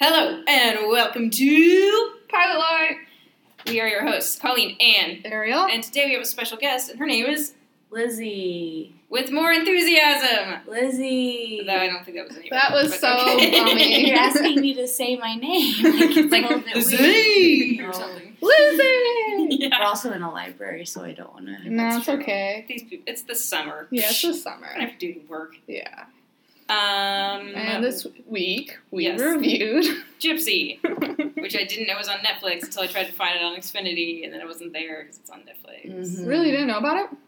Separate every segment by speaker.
Speaker 1: Hello and welcome to
Speaker 2: Pilot Light.
Speaker 1: We are your hosts, Colleen Ann.
Speaker 2: Ariel.
Speaker 1: And today we have a special guest, and her name is
Speaker 3: Lizzie.
Speaker 1: With More Enthusiasm.
Speaker 3: Lizzie.
Speaker 1: Though I don't think that was any
Speaker 2: That was
Speaker 1: but
Speaker 2: so
Speaker 1: okay.
Speaker 2: bummy.
Speaker 3: You're asking me to say my name. Like,
Speaker 1: Like,
Speaker 3: it's a little bit
Speaker 1: Lizzie!
Speaker 3: weird.
Speaker 1: or
Speaker 3: No.
Speaker 1: something.
Speaker 2: Lizzie!
Speaker 3: We're
Speaker 1: Yeah.
Speaker 3: also in a library, so I don't want to.
Speaker 2: no, it's
Speaker 1: true.
Speaker 2: okay.
Speaker 1: These people, it's the summer.
Speaker 2: Yeah, it's the
Speaker 1: I don't
Speaker 2: summer.
Speaker 1: have to do any work.
Speaker 2: Yeah.
Speaker 1: Um,
Speaker 2: And this week we
Speaker 1: Yes.
Speaker 2: reviewed.
Speaker 1: Gypsy, which I didn't know was on Netflix until I tried to find it on Xfinity, and then it wasn't there because it's on Netflix.
Speaker 3: Mhm.
Speaker 2: really didn't know about it.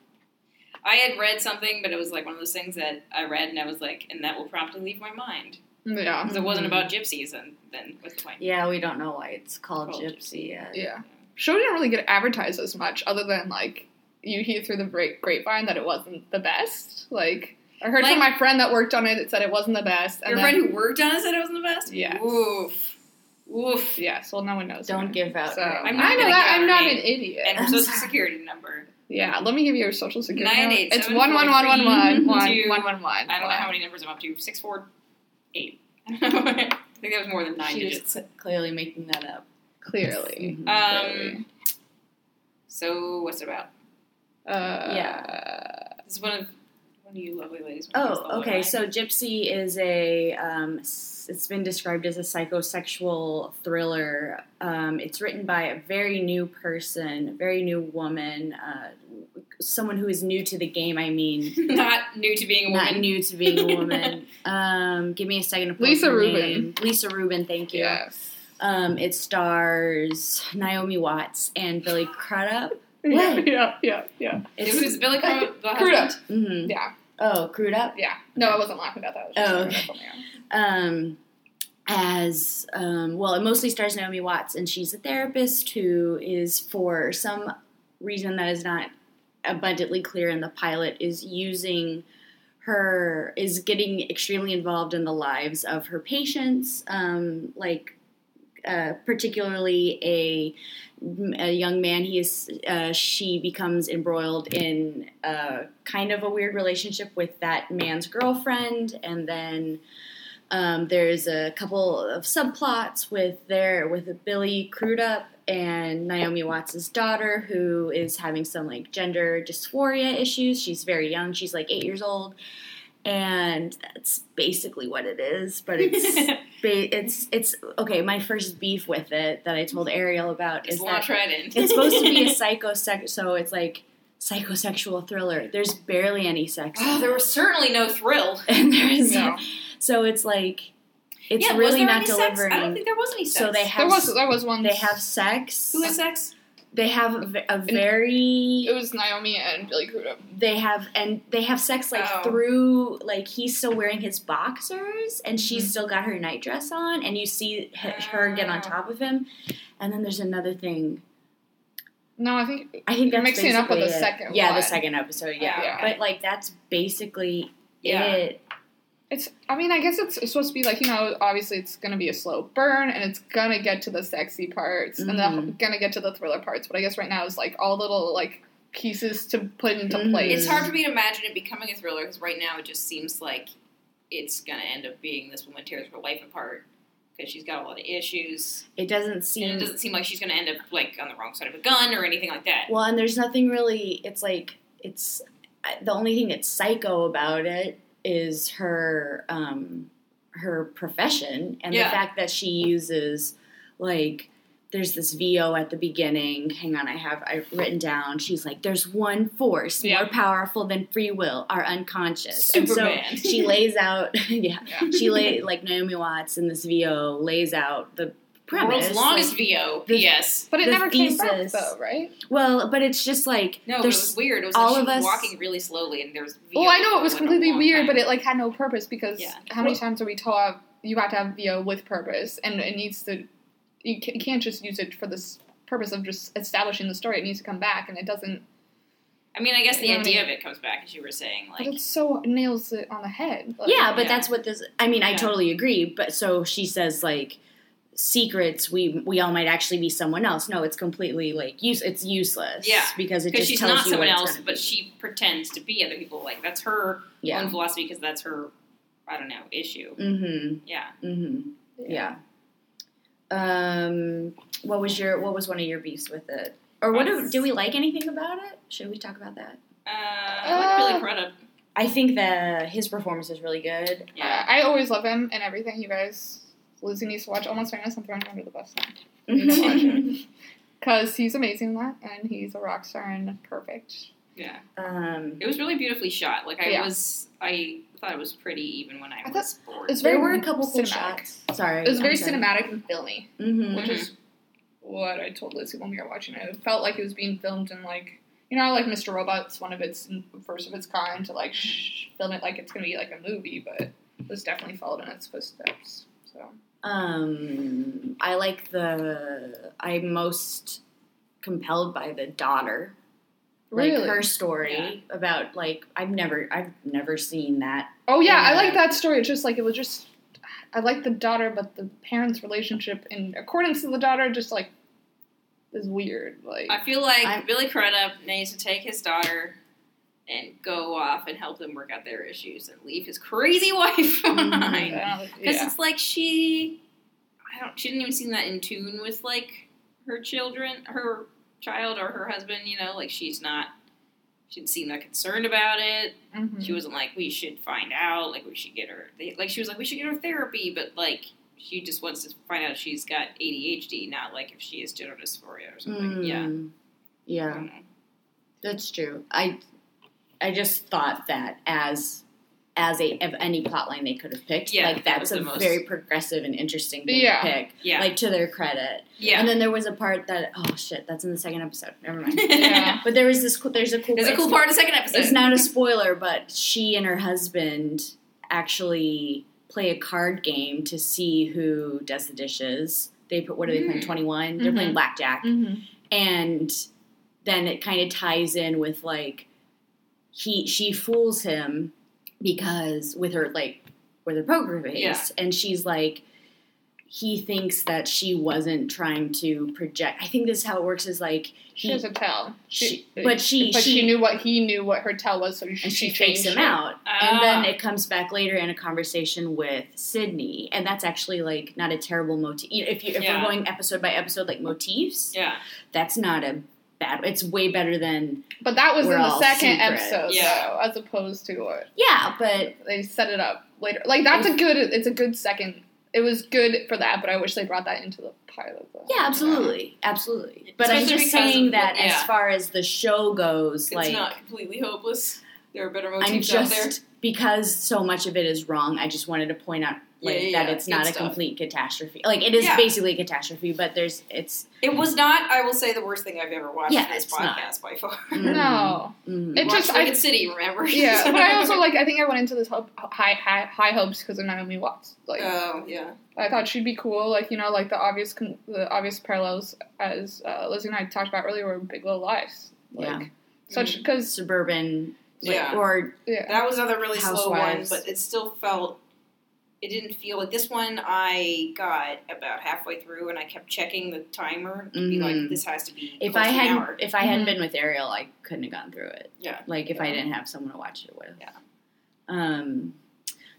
Speaker 1: I had read something, but it was like one of those things that I read, and I was like, and that will promptly leave my mind
Speaker 2: Yeah.
Speaker 1: because it wasn't
Speaker 3: Mhm.
Speaker 1: about gypsies, and then what's the point?
Speaker 3: Yeah, we don't know why it's called
Speaker 1: Called
Speaker 3: Gypsy yet.
Speaker 2: Yeah. Show didn't really get advertised as much, other than like you hear through the great grapevine that it wasn't the best. Like I heard from
Speaker 1: Like-
Speaker 2: my friend that worked on it that said it wasn't the best. And
Speaker 1: Your
Speaker 2: then,
Speaker 1: friend who worked on it said it wasn't the best.
Speaker 2: Yes.
Speaker 1: Woof. Woof.
Speaker 2: Yes. Well, no one knows.
Speaker 3: Don't
Speaker 2: her.
Speaker 3: give out.
Speaker 2: So
Speaker 3: her
Speaker 2: i
Speaker 1: I'm
Speaker 3: name.
Speaker 1: not
Speaker 2: know
Speaker 1: gonna
Speaker 2: that
Speaker 1: give
Speaker 2: I'm
Speaker 1: out
Speaker 2: not
Speaker 1: her
Speaker 2: an
Speaker 1: name.
Speaker 2: idiot.
Speaker 1: And her social security number.
Speaker 2: yeah. Let me give you your social security.
Speaker 1: Nine
Speaker 2: number.
Speaker 1: eight
Speaker 2: It's
Speaker 1: seven
Speaker 2: one one one one one
Speaker 1: four
Speaker 2: one
Speaker 1: three
Speaker 2: one one one.
Speaker 1: I don't know how many numbers I'm up to. Six, four, eight. I don't know. I think that was more than nine
Speaker 3: She
Speaker 1: digits.
Speaker 3: was cl- clearly making that up.
Speaker 2: Clearly.
Speaker 3: Mhm.
Speaker 1: Um, so what's it about?
Speaker 2: Uh,
Speaker 1: This is one of one of you lovely ladies.
Speaker 3: Oh, okay. So Gypsy is a. Um, s- it's been described as a psychosexual thriller. Um, it's written by a very new person, a very new woman, uh, someone who is new to the game. I mean,
Speaker 1: not new to being a woman.
Speaker 3: not new to being a woman. um, give me a second. To pull up
Speaker 2: Lisa
Speaker 3: her
Speaker 2: Rubin.
Speaker 3: name. Lisa Rubin. Thank you.
Speaker 2: Yes.
Speaker 3: Um, it stars Naomi Watts and Billy Crudup.
Speaker 2: Yeah,
Speaker 3: What?
Speaker 2: yeah, yeah, yeah.
Speaker 1: It
Speaker 3: It's-
Speaker 1: was Billy Crudup. the
Speaker 2: Crudup.
Speaker 1: husband?
Speaker 3: mhm.
Speaker 2: Yeah.
Speaker 3: Oh, Crudup.
Speaker 2: Yeah. No, I wasn't laughing at that. I was just
Speaker 3: Oh,
Speaker 2: laughing
Speaker 3: okay.
Speaker 2: at something else.
Speaker 3: um, as um, well, it mostly stars Naomi Watts, and she's a therapist who is, for some reason that is not abundantly clear in the pilot, is using her is getting extremely involved in the lives of her patients, um, like uh, particularly a a young man. He is uh, she becomes embroiled in uh, kind of a weird relationship with that man's girlfriend, and then um, there's a couple of subplots with their with Billy Crudup and Naomi Watts's daughter, who is having some like gender dysphoria issues. She's very young. She's like eight years old. And that's basically what it is, but it's ba- it's it's okay. My first beef with it that I told Ariel about
Speaker 1: It's
Speaker 3: is
Speaker 1: Laura
Speaker 3: that
Speaker 1: Trident.
Speaker 3: it's supposed to be a psychosex, so it's like psychosexual thriller. There's barely any sex, in
Speaker 1: Oh, there
Speaker 3: it.
Speaker 1: was certainly no thrill.
Speaker 3: and there is
Speaker 2: No.
Speaker 3: so it's like it's
Speaker 1: yeah, was
Speaker 3: really
Speaker 1: there
Speaker 3: not
Speaker 1: any sex? I don't
Speaker 3: delivering.
Speaker 1: think there was any sex.
Speaker 3: So they
Speaker 2: There
Speaker 3: have
Speaker 2: was there was one.
Speaker 3: they have sex.
Speaker 1: who has sex?
Speaker 3: They have a ve- a very
Speaker 2: It was Naomi and Billy Crudup.
Speaker 3: they have and they have sex like
Speaker 1: Oh.
Speaker 3: through like he's still wearing his boxers and
Speaker 2: Mm-hmm.
Speaker 3: she's still got her nightdress on and you see h- her get on
Speaker 1: Oh.
Speaker 3: top of him and then there's another thing
Speaker 2: No, I think
Speaker 3: i think
Speaker 2: You're
Speaker 3: that's
Speaker 2: mixing it up with
Speaker 3: basically
Speaker 2: the
Speaker 3: it.
Speaker 2: second
Speaker 3: yeah
Speaker 2: one.
Speaker 3: the second episode yeah.
Speaker 2: Yeah.
Speaker 3: but like that's basically
Speaker 1: Yeah.
Speaker 3: it
Speaker 2: it's. I mean, I guess it's, it's supposed to be like you know. Obviously, it's gonna be a slow burn, and it's gonna get to the sexy parts, and then
Speaker 3: Mhm.
Speaker 2: gonna get to the thriller parts. But I guess right now it's like all little like pieces to put into
Speaker 3: Mhm.
Speaker 2: place.
Speaker 1: It's hard for me to imagine it becoming a thriller because right now it just seems like it's going to end up being this woman tears her life apart because she's got a lot of issues.
Speaker 3: it doesn't
Speaker 1: And it
Speaker 3: seem
Speaker 1: doesn't seem like she's going to end up like on the wrong side of a gun or anything like that.
Speaker 3: Well, and there's nothing really. It's like it's I- the only thing that's psycho about it is her um, her profession and
Speaker 1: Yeah.
Speaker 3: the fact that she uses like there's this VO at the beginning. Hang on, I have I written down. She's like, there's one force
Speaker 2: Yeah.
Speaker 3: more powerful than free will, our unconscious. And so
Speaker 1: Superman.
Speaker 3: she lays out, yeah,
Speaker 2: Yeah.
Speaker 3: she lay like Naomi Watts in this VO lays out the premise.
Speaker 1: World's longest
Speaker 3: like-
Speaker 1: VO.
Speaker 3: the-
Speaker 1: yes.
Speaker 2: But it
Speaker 3: the
Speaker 2: never came back
Speaker 3: thesis-
Speaker 2: though, right?
Speaker 3: well, but it's just like
Speaker 1: No, but it
Speaker 3: there's
Speaker 1: was weird. It was
Speaker 3: all
Speaker 1: like
Speaker 3: of
Speaker 1: she was
Speaker 3: us-
Speaker 1: walking really slowly, and there was. VO
Speaker 2: Well, I know it was
Speaker 1: for, like, a
Speaker 2: completely
Speaker 1: long
Speaker 2: weird,
Speaker 1: time.
Speaker 2: but it like had no purpose because
Speaker 1: Yeah.
Speaker 2: how many times are we taught you have to have VO with purpose, and it needs to you ca- you can't just use it for this purpose of just establishing the story. It needs to come back, and it doesn't.
Speaker 1: I mean, I guess the
Speaker 2: You know what I
Speaker 1: idea of it comes back, as you were saying,
Speaker 2: Like,
Speaker 1: like
Speaker 2: it so nails it on the head. Like,
Speaker 3: yeah, but
Speaker 1: Yeah.
Speaker 3: that's what this. I mean, I
Speaker 1: Yeah.
Speaker 3: totally agree. But so she says like secrets. We we all might actually be someone else. No, it's completely like use. It's useless.
Speaker 1: Yeah,
Speaker 3: because it
Speaker 1: because
Speaker 3: just
Speaker 1: she's
Speaker 3: tells
Speaker 1: not
Speaker 3: you
Speaker 1: someone
Speaker 3: what it's
Speaker 1: else,
Speaker 3: gonna
Speaker 1: but
Speaker 3: be.
Speaker 1: she pretends to be other people. Like that's her
Speaker 3: yeah.
Speaker 1: own philosophy because that's her, I don't know, issue.
Speaker 3: Mm-hmm.
Speaker 1: Yeah.
Speaker 3: Mm-hmm. Yeah. Um, what was your what was one of your beefs with it? Or what do, do we like anything about it? Should we talk about that?
Speaker 1: Uh, I like Billy Crudup.
Speaker 3: I think that his performance is really good.
Speaker 1: Yeah.
Speaker 2: I always love him and everything. You guys, Lizzie needs to watch Almost Famous and Thrown Under the Bus now.
Speaker 1: Mhm.
Speaker 2: Because he's amazing in that, and he's a rock star and perfect.
Speaker 1: Yeah.
Speaker 3: um,
Speaker 1: It was really beautifully shot. Like I
Speaker 2: Yeah.
Speaker 1: was, I thought it was pretty even when I,
Speaker 2: I thought-
Speaker 1: was bored.
Speaker 2: it's
Speaker 3: there
Speaker 2: very
Speaker 3: were a couple cool
Speaker 2: cinematic.
Speaker 3: shots. Sorry,
Speaker 2: It was
Speaker 3: I'm
Speaker 2: very
Speaker 3: sorry.
Speaker 2: cinematic and filmy,
Speaker 3: Mhm.
Speaker 2: which is what I told Lizzie when we were watching it. It felt like it was being filmed in like you know, how, like Mr. Robot's one of its first of its kind to like shh, film it like it's gonna be like a movie, but this definitely followed in its footsteps. So
Speaker 3: Um, I like the. I'm most compelled by the daughter, like her story about like I've never I've never seen that.
Speaker 2: Oh yeah, I
Speaker 3: Yeah.
Speaker 2: like that story. It's just like it was just I like the daughter, but the parents' relationship in accordance to the daughter just like is weird. Like
Speaker 1: I feel like
Speaker 3: I'm-
Speaker 1: Billy Crudup needs to take his daughter and go off and help them work out their issues and leave his crazy wife
Speaker 2: I
Speaker 3: Mm-hmm.
Speaker 1: behind.
Speaker 2: don't-
Speaker 1: Because
Speaker 2: yeah.
Speaker 1: it's like she, I don't. She didn't even seem that in tune with like her children, her child, or her husband. You know, like she's not. She didn't seem that concerned about it.
Speaker 2: Mhm.
Speaker 3: Mm-hmm.
Speaker 1: She wasn't like we should find out. Like we should get her. They, like she was like we should get her therapy, but like she just wants to find out if she's got ADHD, not like if she has gender dysphoria or something. Yeah.
Speaker 3: Mm,
Speaker 1: I
Speaker 3: yeah,
Speaker 1: don't know.
Speaker 3: that's true. I I just thought that as as a of any plot line they could have picked,
Speaker 1: Yeah,
Speaker 3: like
Speaker 1: that
Speaker 3: that's
Speaker 1: was
Speaker 3: a
Speaker 1: the most-
Speaker 3: very progressive and interesting thing
Speaker 2: Yeah.
Speaker 3: to pick.
Speaker 1: Yeah.
Speaker 3: Like to their credit.
Speaker 1: yeah.
Speaker 3: And then there was a part that oh shit, that's in the second episode. Never mind.
Speaker 2: Yeah.
Speaker 3: But there was this. cool There's a cool.
Speaker 1: There's a
Speaker 3: it's
Speaker 1: cool
Speaker 3: not-
Speaker 1: part in the second episode.
Speaker 3: It's not a spoiler, but she and her husband actually play a card game to see who does the dishes. They put what are they playing?
Speaker 1: Mm.
Speaker 3: Twenty one. They're playing
Speaker 2: Mhm.
Speaker 3: blackjack,
Speaker 2: Mhm.
Speaker 3: and then it kind of ties in with like he she fools him because with her like with her poker face,
Speaker 1: Yeah.
Speaker 3: and she's like. He thinks that she wasn't trying to project. I think this is how it works. Is like
Speaker 2: she
Speaker 3: he-
Speaker 2: doesn't tell.
Speaker 3: she, but she,
Speaker 2: but
Speaker 3: she,
Speaker 2: she, knew what he knew what her tell was, so she,
Speaker 3: and she, fakes
Speaker 2: changed
Speaker 3: him
Speaker 2: it.
Speaker 3: out, and then
Speaker 1: Ah.
Speaker 3: it comes back later in a conversation with Sydney, and that's actually like not a terrible motif. If you if
Speaker 1: Yeah.
Speaker 3: we're going episode by episode, like motifs,
Speaker 1: yeah.
Speaker 3: that's not a bad. It's way better than
Speaker 2: But that was
Speaker 3: We're
Speaker 2: in the
Speaker 3: all
Speaker 2: second
Speaker 3: secret.
Speaker 2: episode,
Speaker 1: Yeah.
Speaker 2: though, as opposed to what
Speaker 3: yeah, but
Speaker 2: they set it up later. Like that's a good. It's a good second. It was good for that, but I wish they brought that into the pilot. Though.
Speaker 3: yeah, absolutely, absolutely. But
Speaker 1: Especially
Speaker 3: I'm just
Speaker 1: because
Speaker 3: saying
Speaker 1: of-
Speaker 3: that as
Speaker 1: yeah.
Speaker 3: far as the show goes,
Speaker 1: It's
Speaker 3: like
Speaker 1: not completely hopeless. There are better
Speaker 3: I'm
Speaker 1: motifs out there.
Speaker 3: just because so much of it is wrong. I just wanted to point out. Like
Speaker 1: Yeah, yeah,
Speaker 3: that,
Speaker 1: yeah,
Speaker 3: it's
Speaker 1: good
Speaker 3: not a
Speaker 1: stuff.
Speaker 3: complete catastrophe. Like it is
Speaker 1: Yeah.
Speaker 3: basically a catastrophe, but there's it's
Speaker 1: It was not, I will say, the worst thing I've ever watched
Speaker 3: Yeah,
Speaker 1: in this
Speaker 3: it's not.
Speaker 1: podcast by far.
Speaker 3: Mm.
Speaker 2: No.
Speaker 3: mm,
Speaker 2: It
Speaker 1: Watched
Speaker 2: just- I-
Speaker 1: Wicked City, remember?
Speaker 3: Mm-hmm.
Speaker 2: Yeah, but I also like. I think I went into this hope, high, high high hopes because of Naomi Watts. Like
Speaker 1: Oh yeah,
Speaker 2: I thought she'd be cool. Like you know, like the obvious con- the obvious parallels as uh, Lizzie and I talked about earlier were Big Little Lies. Like,
Speaker 3: Yeah.
Speaker 2: Such because
Speaker 3: suburban like,
Speaker 1: Yeah.
Speaker 3: or
Speaker 2: yeah.
Speaker 1: that was another really slow one,
Speaker 3: Housewives.
Speaker 1: but it still felt. It didn't feel like this one. I got about halfway through, and I kept checking the timer to be
Speaker 3: Mhm.
Speaker 2: Mm-hmm.
Speaker 1: like, "This has to be."
Speaker 3: if
Speaker 1: close to
Speaker 3: I
Speaker 1: an
Speaker 3: had
Speaker 1: hour.
Speaker 3: if I had
Speaker 2: Mhm.
Speaker 3: been with Ariel, I couldn't have gone through it.
Speaker 1: Yeah.
Speaker 3: Like if I
Speaker 1: Mm-hmm. Yeah.
Speaker 3: didn't have someone to watch it with.
Speaker 1: Yeah.
Speaker 3: Um.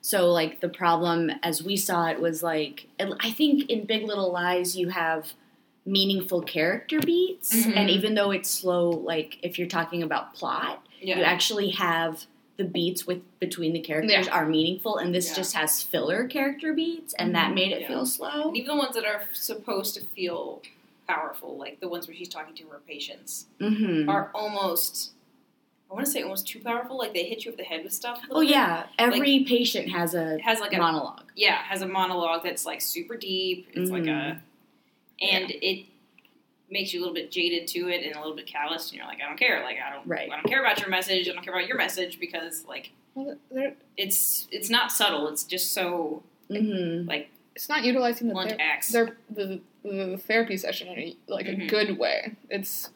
Speaker 3: So like the problem as we saw it was like it- I think in Big Little Lies you have meaningful character beats,
Speaker 1: Mhm.
Speaker 3: and even though it's slow, like if you're talking about plot, you
Speaker 1: yeah,
Speaker 3: actually have the beats with between the characters are meaningful, and this
Speaker 1: Yeah.
Speaker 3: just has filler character beats, and
Speaker 2: Mhm.
Speaker 3: that made it
Speaker 1: Yeah.
Speaker 3: feel slow.
Speaker 1: Mm-hmm. And even the ones that are supposed to feel powerful, like the ones where she's talking to her patients,
Speaker 3: Mm-hmm.
Speaker 1: are almost. I want to say almost too powerful. Like they hit you over the head with stuff. a
Speaker 3: Oh
Speaker 1: little bit.
Speaker 3: yeah, every patient has a
Speaker 1: it has like a
Speaker 3: monologue.
Speaker 1: yeah, has a monologue that's like super deep. It's like a,
Speaker 2: Mm-hmm.
Speaker 1: and it makes you a little bit jaded to it and a little bit calloused, and you're like, I don't care. Like I don't,
Speaker 3: Right.
Speaker 1: I don't care about your message. I don't care about your message because like
Speaker 2: Well, they're-
Speaker 1: it's it's not subtle. It's just so
Speaker 3: Mm-hmm.
Speaker 2: it's not utilizing the
Speaker 1: blunt
Speaker 2: ther-
Speaker 1: acts.
Speaker 2: their the, the therapy session in a, like a
Speaker 1: Mhm.
Speaker 2: good way. It's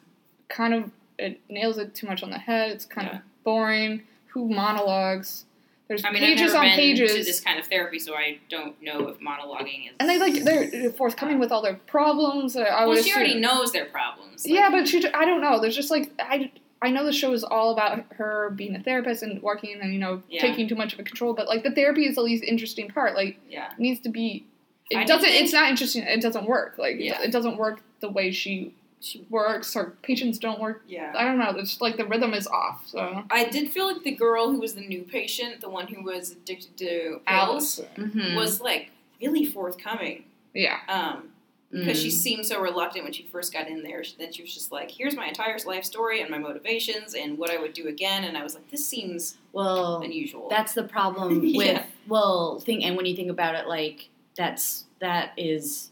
Speaker 2: kind of it nails it too much on the head. It's kind of boring. Who monologues? There's
Speaker 1: I mean,
Speaker 2: pages
Speaker 1: I've never
Speaker 2: on
Speaker 1: been
Speaker 2: pages.
Speaker 1: to this kind of therapy, so I don't know if monologuing is.
Speaker 2: and they like they're forthcoming with all their problems. I I
Speaker 1: Well,
Speaker 2: would
Speaker 1: she
Speaker 2: assume.
Speaker 1: already knows their problems. Like,
Speaker 2: yeah, but she. I don't know. There's just like I. I know the show is all about her being a therapist and working and you know
Speaker 1: Yeah.
Speaker 2: taking too much of a control, but like the therapy is the least interesting part. Like
Speaker 1: yeah.
Speaker 2: it needs to be it
Speaker 1: I don't
Speaker 2: doesn't.
Speaker 1: think-
Speaker 2: It's not interesting. It doesn't work. Like it-
Speaker 1: Yeah.
Speaker 2: it doesn't work the way she she works. Her patients don't work.
Speaker 1: Yeah.
Speaker 2: I don't know. It's like the rhythm is off. So
Speaker 1: I did feel like the girl who was the new patient, the one who was addicted to pills,
Speaker 3: Mhm.
Speaker 1: was like really forthcoming.
Speaker 2: Yeah.
Speaker 1: Um, because she
Speaker 3: Mm.
Speaker 1: seemed so reluctant when she first got in there. She- Then she was just like, "Here's my entire life story and my motivations and what I would do again." And I was like, "This seems
Speaker 3: Mm-hmm. well.
Speaker 1: unusual."
Speaker 3: That's the problem with
Speaker 1: Yeah.
Speaker 3: well thing. And when you think about it, like that's that is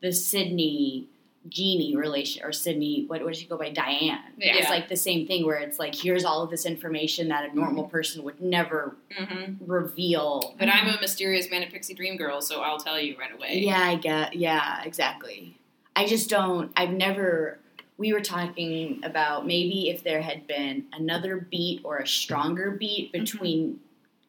Speaker 3: the Sydney Jeannie relation or Sydney. What what does she go by? Diane.
Speaker 2: Yeah.
Speaker 3: It's like the same thing where it's like here's all of this information that a normal
Speaker 1: Mm-hmm.
Speaker 3: person would never
Speaker 1: hmm
Speaker 3: reveal.
Speaker 1: But I'm a mysterious manic pixie dream girl, so I'll tell you right away.
Speaker 3: Yeah, I get. Yeah, exactly. I just don't. I've never. We were talking about maybe if there had been another beat or a stronger beat
Speaker 1: Mm-hmm.
Speaker 3: between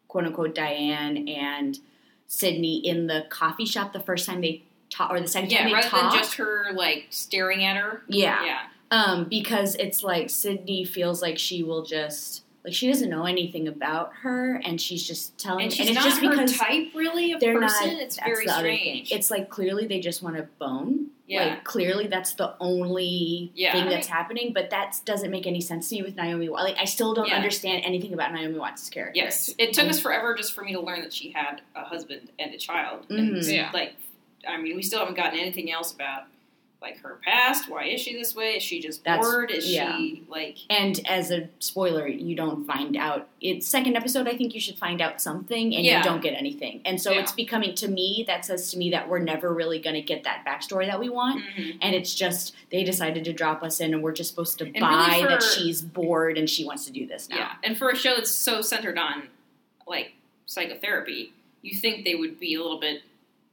Speaker 3: quote unquote Diane and Sydney in the coffee shop the first time they talk or the second
Speaker 1: Yeah,
Speaker 3: time they
Speaker 1: rather
Speaker 3: talk.
Speaker 1: than just her like staring at her.
Speaker 3: yeah.
Speaker 1: yeah.
Speaker 3: Um, because it's like Sydney feels like she will just like she doesn't know anything about her and she's just telling
Speaker 1: Um, and she's
Speaker 3: it's
Speaker 1: not
Speaker 3: just
Speaker 1: her
Speaker 3: because
Speaker 1: type really of
Speaker 3: they're
Speaker 1: person.
Speaker 3: not
Speaker 1: it's
Speaker 3: that's
Speaker 1: very
Speaker 3: the other thing.
Speaker 1: strange.
Speaker 3: It's like clearly they just want to bone.
Speaker 1: yeah,
Speaker 3: Like clearly that's the only
Speaker 1: Yeah.
Speaker 3: thing that's happening, but that doesn't make any sense to me with Naomi Watts. Like I still don't
Speaker 1: Yeah.
Speaker 3: understand anything about Naomi Watts' character.
Speaker 1: yes. It
Speaker 3: Mm.
Speaker 1: took us forever just for me to learn that she had a husband and a child. And
Speaker 3: Mhm.
Speaker 2: Yeah.
Speaker 1: like, I mean, we still haven't gotten anything else about like her past. Why is she this way? Is she just
Speaker 3: That's-
Speaker 1: bored? Is
Speaker 3: yeah.
Speaker 1: she like?
Speaker 3: And as a spoiler, you don't find out. It's second episode. I think you should find out something, and
Speaker 1: Yeah.
Speaker 3: you don't get anything. And so
Speaker 1: Yeah.
Speaker 3: it's becoming to me that says to me that we're never really going to get that backstory that we want.
Speaker 1: mhm.
Speaker 3: And it's just they decided to drop us in, and we're just supposed to
Speaker 1: really
Speaker 3: buy that
Speaker 1: for-
Speaker 3: she's bored and she wants to do this now.
Speaker 1: Yeah, and for a show that's so centered on like psychotherapy, you think they would be a little bit